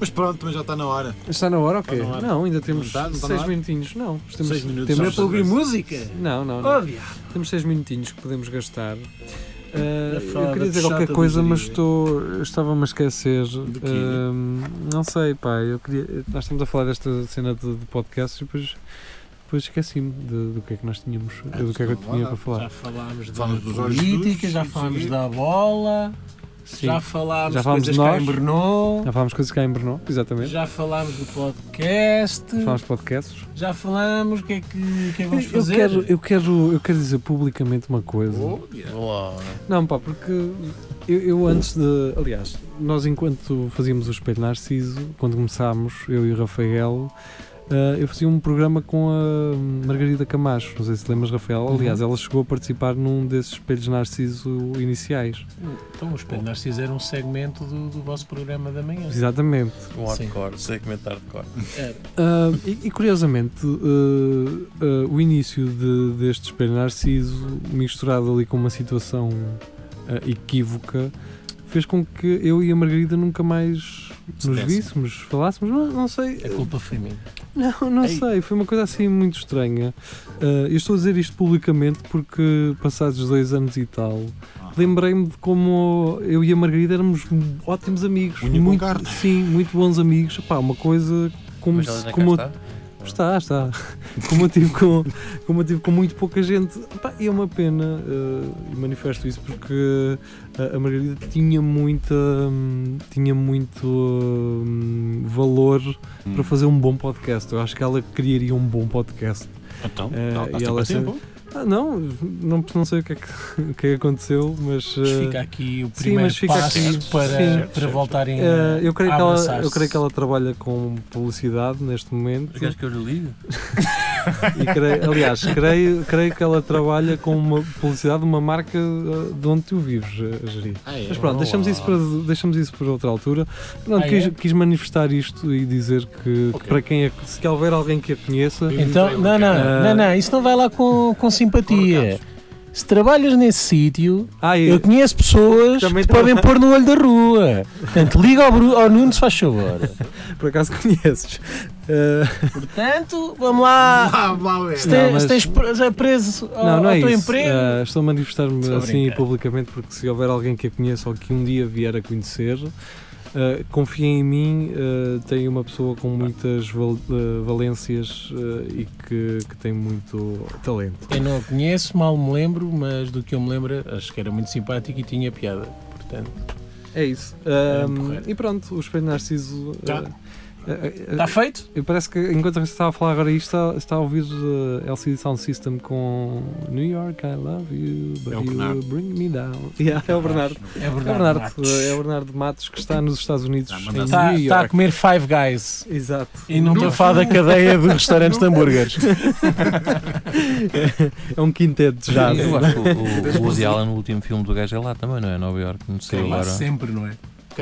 Speaker 6: Mas pronto, mas já está na hora.
Speaker 2: Está na hora ou quê?
Speaker 6: Está na hora.
Speaker 2: Não, ainda temos
Speaker 6: Não está, não está
Speaker 2: 6
Speaker 6: na hora?
Speaker 2: minutinhos. Não, temos,
Speaker 6: Seis minutos,
Speaker 2: temos-
Speaker 6: já
Speaker 3: Não é para ouvir música?
Speaker 2: não, não, não.
Speaker 3: Óbvio.
Speaker 2: Temos seis minutinhos que podemos gastar. Ah,
Speaker 3: falar
Speaker 2: eu queria
Speaker 3: da
Speaker 2: dizer
Speaker 3: É chata
Speaker 2: qualquer
Speaker 3: do
Speaker 2: coisa, mas
Speaker 3: Jerry.
Speaker 2: estou, eu estava-me a esquecer.
Speaker 6: quê?
Speaker 2: Ah, não sei, pá. Eu queria, nós estamos a falar desta cena de, de podcast e depois, depois esqueci-me de- do que é que nós tínhamos, do que é que eu
Speaker 6: não
Speaker 2: tinha
Speaker 6: vá
Speaker 2: para falar.
Speaker 3: Ah, então
Speaker 6: lá.
Speaker 3: Já falámos da
Speaker 6: Falámos dos olhos
Speaker 3: política,
Speaker 6: dos,
Speaker 3: já
Speaker 6: sim,
Speaker 3: falámos
Speaker 6: sim.
Speaker 3: da bola,
Speaker 2: Sim.
Speaker 3: já
Speaker 2: Já,
Speaker 3: falámos
Speaker 2: Já
Speaker 3: de
Speaker 2: falámos
Speaker 3: coisas
Speaker 2: de
Speaker 3: cá
Speaker 2: nós.
Speaker 3: em Brno,
Speaker 2: falámos coisas cá em Brno, exatamente.
Speaker 3: já falámos do podcast,
Speaker 2: Falámos de podcasts.
Speaker 3: já falámos o que é que, o que é que vamos
Speaker 2: Eu
Speaker 3: fazer.
Speaker 2: quero, eu, quero, eu quero dizer publicamente uma coisa.
Speaker 6: Olha.
Speaker 2: Não, pá, porque eu, eu antes de. Aliás, nós enquanto fazíamos o Espelho Narciso, quando começámos, eu e o Rafael, ah, eu fazia um programa com a Margarida Camacho, não sei se te lembras, Rafael. Aliás, ela chegou a participar num desses espelhos Narciso iniciais.
Speaker 3: Então, os Pedro Narciso era um segmento do, do vosso programa da manhã.
Speaker 2: Exatamente.
Speaker 4: Um
Speaker 3: Sim.
Speaker 4: hardcore, segmento hardcore.
Speaker 3: Era.
Speaker 2: Ah, e, e curiosamente, ah, ah, o início de- deste espelho Narciso, misturado ali com uma situação ah, equívoca, fez com que eu e a Margarida nunca mais nos
Speaker 5: dessem.
Speaker 2: víssemos, falássemos, não, não sei.
Speaker 4: É
Speaker 3: A culpa foi minha.
Speaker 2: Não, não
Speaker 5: Ei.
Speaker 2: sei, foi uma coisa assim muito estranha. Ah, eu estou a dizer isto publicamente porque, passados dois anos e tal, lembrei-me de como eu e a Margarida éramos ótimos amigos.
Speaker 6: Unha com
Speaker 2: muito,
Speaker 6: carne.
Speaker 2: Sim, muito bons amigos. Pá, uma coisa como,
Speaker 4: Mas
Speaker 2: se-
Speaker 4: ela ainda cá
Speaker 2: como eu
Speaker 4: está?
Speaker 2: Está, está. Como eu tive com, como eu tive com muito pouca gente. Pá, e é uma pena, eh, e manifesto isso porque a- a Margarida tinha muita. hum, tinha muito hum, valor
Speaker 6: Hum.
Speaker 2: para fazer um bom podcast. Eu acho que ela criaria um bom podcast.
Speaker 6: Então,
Speaker 2: Eh,
Speaker 6: dá- dá
Speaker 2: e ela
Speaker 6: sempre tempo.
Speaker 2: Ah, não, não, não sei o que é que, o que é que aconteceu, mas.
Speaker 3: Mas
Speaker 2: eh,
Speaker 3: fica aqui o
Speaker 2: sim,
Speaker 3: primeiro
Speaker 2: mas fica
Speaker 3: passo
Speaker 2: aqui,
Speaker 3: para,
Speaker 2: sim.
Speaker 3: para voltarem
Speaker 2: eh, eu, creio
Speaker 3: a
Speaker 2: que ela,
Speaker 3: abraçar-se.
Speaker 2: eu creio que ela trabalha com publicidade neste momento.
Speaker 4: Queres que eu lhe ligo?
Speaker 2: E creio- aliás, creio, creio que ela trabalha com uma publicidade de uma marca eh, de onde tu vives, eh, Jeri.
Speaker 6: Ah, é.
Speaker 2: Mas pronto, deixamos isso, para, deixamos isso para outra altura. Pronto,
Speaker 3: Ah,
Speaker 2: quis,
Speaker 3: é?
Speaker 2: quis manifestar isto e dizer que, que
Speaker 6: Ok.
Speaker 2: para quem é, se houver alguém que a conheça,
Speaker 3: Então, não, não,
Speaker 2: Ah.
Speaker 3: não, não, isso não vai lá com, com simpatia. Se trabalhas nesse sítio,
Speaker 2: ah, e-
Speaker 3: eu conheço pessoas
Speaker 2: Também
Speaker 3: que te
Speaker 2: tra-
Speaker 3: podem pôr no olho da rua. Portanto, liga ao, Bru- ao Nuno, se faz favor.
Speaker 2: por acaso conheces. Eh,
Speaker 3: Portanto, vamos lá.
Speaker 6: Ah, mal é.
Speaker 3: Se, te,
Speaker 2: Não, mas-
Speaker 3: se tens pre- preso ao,
Speaker 2: não, não é
Speaker 3: ao teu
Speaker 2: isso.
Speaker 3: emprego,
Speaker 2: Eh, estou a manifestar-me
Speaker 3: Estou a
Speaker 2: assim
Speaker 3: brincar.
Speaker 2: publicamente porque se houver alguém que a conheça ou que um dia vier a conhecer, eh, confiem em mim. eh, tem uma pessoa com muitas val- eh, valências eh, e que, que tem muito talento.
Speaker 3: eu não a conheço, mal me lembro, mas do que eu me lembro, acho que era muito simpático e tinha piada. Portanto,
Speaker 2: É isso.
Speaker 3: Ahm,
Speaker 2: e pronto, o Espelho Narciso. eh,
Speaker 6: Tá.
Speaker 2: eh, eh,
Speaker 3: está feito?
Speaker 2: Eu Parece que enquanto eu estava a falar agora isto, está, está a ouvir uh, LCD Sound System com New York, I love you, but
Speaker 6: É o
Speaker 2: you
Speaker 6: Bernardo.
Speaker 2: bring me down. Yeah, é o Bernardo.
Speaker 3: É
Speaker 2: É o Bernardo, uh, é o Bernardo Matos que está nos Estados Unidos,
Speaker 6: Ah,
Speaker 2: em
Speaker 6: mas
Speaker 3: Está
Speaker 2: New York.
Speaker 3: Tá, a comer Five Guys.
Speaker 2: Exato.
Speaker 3: E não estou a falar da cadeia de restaurantes de hambúrgueres.
Speaker 2: É um quinteto de jazz.
Speaker 4: Eu acho que o- o, o Woody Allen, o último filme do gajo é lá também, não é? Nova York, não sei agora.
Speaker 3: sempre, não é?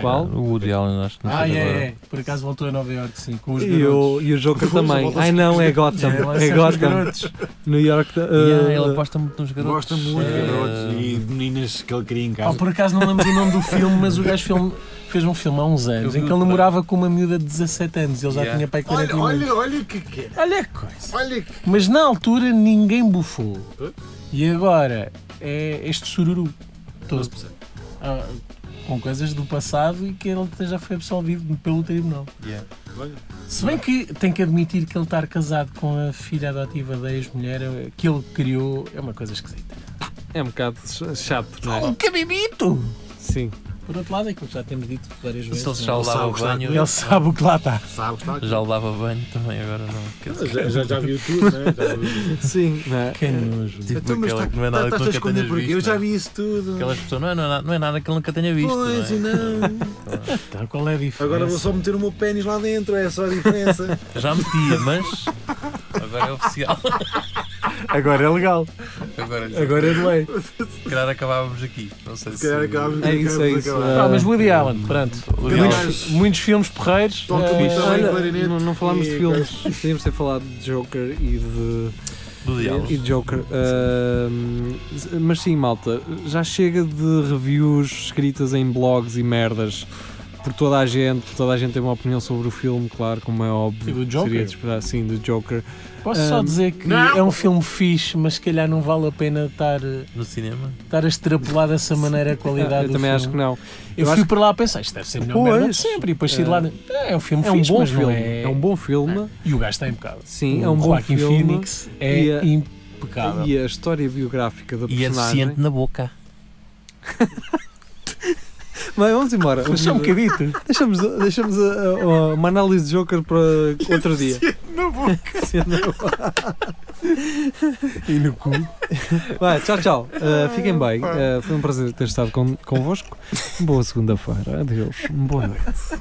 Speaker 2: Qual?
Speaker 4: O Woody Allen, acho que não
Speaker 3: Ah,
Speaker 4: sei agora.
Speaker 3: é, é. Por acaso voltou a Nova York, sim, com os
Speaker 2: E
Speaker 3: garotos.
Speaker 2: o, e o Joker
Speaker 6: Depois
Speaker 2: também.
Speaker 6: volta-se-
Speaker 2: Ai não, é Gotham. É
Speaker 3: são os
Speaker 2: Gotham.
Speaker 3: garotos.
Speaker 2: New York. uh,
Speaker 4: Yeah, ah, ele aposta muito nos garotos.
Speaker 6: Gosta muito de
Speaker 4: Eh,
Speaker 6: garotos e de meninas que ele queria em
Speaker 3: Ah,
Speaker 6: casa.
Speaker 3: por acaso não lembro do nome do filme, mas o gajo filme- fez um filme há uns anos
Speaker 4: Eu vi
Speaker 3: em que
Speaker 4: o
Speaker 3: ele
Speaker 4: trailer.
Speaker 3: namorava com uma miúda de 17 anos. Ele já
Speaker 4: Yeah.
Speaker 3: tinha pai 40
Speaker 6: Olha,
Speaker 3: anos.
Speaker 6: olha, olha o que que é.
Speaker 3: Olha que coisa.
Speaker 6: Olha que.
Speaker 3: Mas na altura ninguém bufou. E agora é este sururu todo. Ah, com coisas do passado e que ele até já foi absolvido pelo tribunal.
Speaker 4: yeah.
Speaker 6: Olha.
Speaker 3: Se bem que tem que admitir que ele estar casado com a filha adotiva da ex-mulher que ele criou é uma coisa esquisita.
Speaker 2: É um bocado ch- chato, não é?
Speaker 3: Um cabimito!
Speaker 2: Sim.
Speaker 3: Por outro lado, é que já temos dito várias
Speaker 4: Se ele
Speaker 3: vezes.
Speaker 4: já
Speaker 3: não é?
Speaker 4: o dava
Speaker 6: sabe gostar de
Speaker 4: banho,
Speaker 3: Ele sabe o que lá está.
Speaker 6: Sabe, está aqui.
Speaker 4: já o dava banho também, agora não. Quer dizer,
Speaker 6: Já, já, já viu tudo, né? Já viu.
Speaker 2: Sim. não é?
Speaker 3: Que nojo.
Speaker 4: Tipo
Speaker 6: mas
Speaker 4: aquela
Speaker 6: tá-
Speaker 4: que não é
Speaker 6: tá-
Speaker 4: nada que
Speaker 6: estás a
Speaker 4: nunca
Speaker 6: esconder
Speaker 4: tenhas
Speaker 6: porquê? Eu
Speaker 4: visto.
Speaker 6: já
Speaker 4: não é?
Speaker 6: vi isso tudo.
Speaker 4: Aquelas pessoas, não é, não, é, nada- não é nada que ele nunca tenha visto.
Speaker 6: Pois,
Speaker 4: não é?
Speaker 6: e não.
Speaker 3: Então, qual é a diferença?
Speaker 6: Agora vou só meter o meu pênis lá dentro, é só a diferença.
Speaker 4: Já metia, mas agora é oficial.
Speaker 2: Agora é legal.
Speaker 4: Agora,
Speaker 2: Agora é de lei.
Speaker 4: se calhar acabávamos aqui. Não sei se.
Speaker 6: Se calhar acabamos
Speaker 2: É isso, é
Speaker 6: acabamos-
Speaker 2: isso.
Speaker 6: acabamos.
Speaker 3: Ah, mas Woody Allen, pronto.
Speaker 4: Woody
Speaker 3: muitos,
Speaker 6: Allen.
Speaker 3: muitos filmes porreiros.
Speaker 6: Toca
Speaker 3: eh,
Speaker 6: muito bem.
Speaker 2: Olha,
Speaker 6: clarinete
Speaker 2: não, não falámos de
Speaker 6: e
Speaker 2: filmes, podíamos ter falado de Joker e de,
Speaker 4: Do diabo.
Speaker 2: e de Joker. Ahm, mas sim, malta, já chega de reviews escritas em blogs e merdas por toda a gente, toda a gente tem uma opinião sobre o filme, claro, como é óbvio.
Speaker 3: E do Joker?
Speaker 2: Seria de esperar, sim, do Joker.
Speaker 3: Posso só
Speaker 2: Ahm,
Speaker 3: dizer que
Speaker 6: não!
Speaker 3: é um filme fixe, mas se calhar não vale a pena estar, eh,
Speaker 4: No cinema.
Speaker 3: estar a extrapolar dessa maneira a qualidade
Speaker 2: Ah, eu
Speaker 3: do
Speaker 2: também
Speaker 3: filme. Um
Speaker 2: acho que não.
Speaker 3: Eu,
Speaker 2: Eu
Speaker 3: fui
Speaker 2: acho
Speaker 3: para lá a pensar, isto deve ser melhor
Speaker 2: Pois.
Speaker 3: merda de sempre. E depois saí de lá. É, é um filme
Speaker 2: É um
Speaker 3: fixe,
Speaker 2: bom
Speaker 3: mas não
Speaker 2: filme,
Speaker 3: é...
Speaker 2: é um bom filme.
Speaker 3: E o gajo está impecável.
Speaker 2: Sim, é
Speaker 3: O
Speaker 2: um bom
Speaker 3: Joaquin
Speaker 2: filme.
Speaker 3: Phoenix é
Speaker 2: E a-
Speaker 3: impecável.
Speaker 2: E a história biográfica da
Speaker 4: E é
Speaker 2: personagem.
Speaker 4: deficiente na boca.
Speaker 2: Mas vamos embora.
Speaker 3: Mas só um bocadito.
Speaker 2: Deixamos, deixamos a- a- eh, uma análise de Joker para outro dia. Sim, na boca.
Speaker 3: E no cu.
Speaker 2: Vai, tchau, tchau. Uh, fiquem bem. Uh, foi um prazer ter estado con convosco. Boa segunda-feira. Adeus. Boa noite.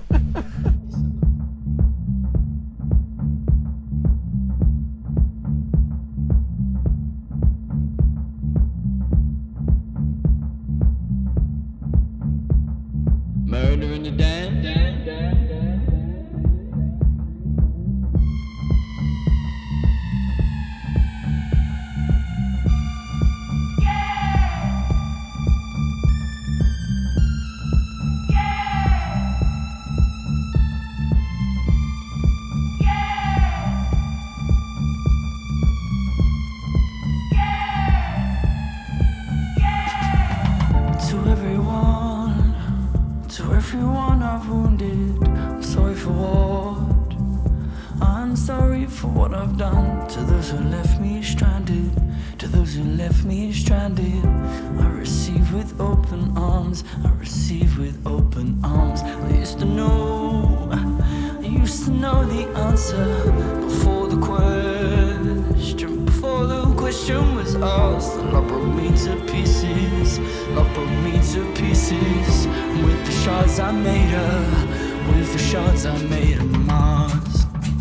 Speaker 8: for what I've done. To those who left me stranded, to those who left me stranded, I receive with open arms. I receive with open arms. I used to know, I used to know the answer before the question, before the question was asked. The love broke me to pieces, love broke me to pieces. With the shards I made her, with the shards I made her Mars.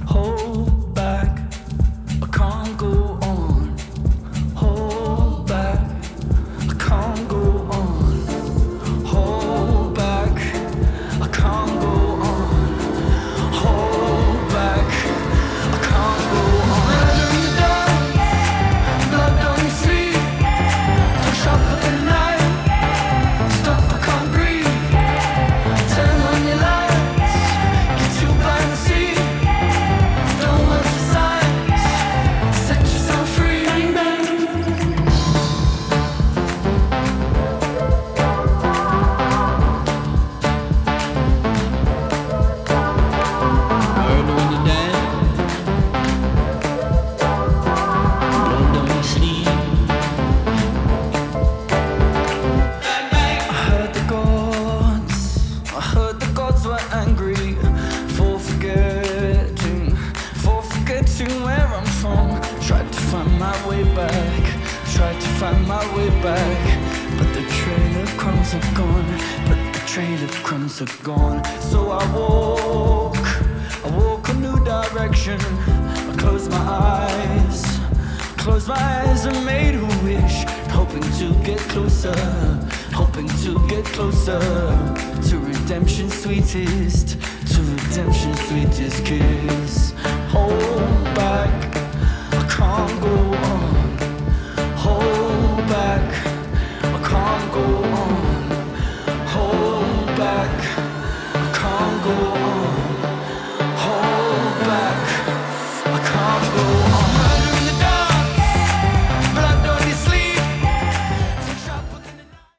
Speaker 8: Hold back, I can't go on. Hold back, I can't go on. Hold back, I can't go on. Hold back, I can't go on. Blood on the door, blood on the street. Push up at the night, stop, I can't breathe. Turn on your lights, get you by the sea. Don't look for signs, set yourself free. Bang, bang. Murder in the dead. Blood on your sleeve. I heard the gods. I heard the gods were angry for forgetting, for forgetting where I'm from. Tried to find my way back. Tried to find my way back. But the trail of crumbs are gone. But the trail of crumbs are gone. So I walk. I walk a new direction. I close my eyes. Close my eyes and made a wish, hoping to get closer, hoping to get closer to redemption's sweetest, to redemption's sweetest kiss.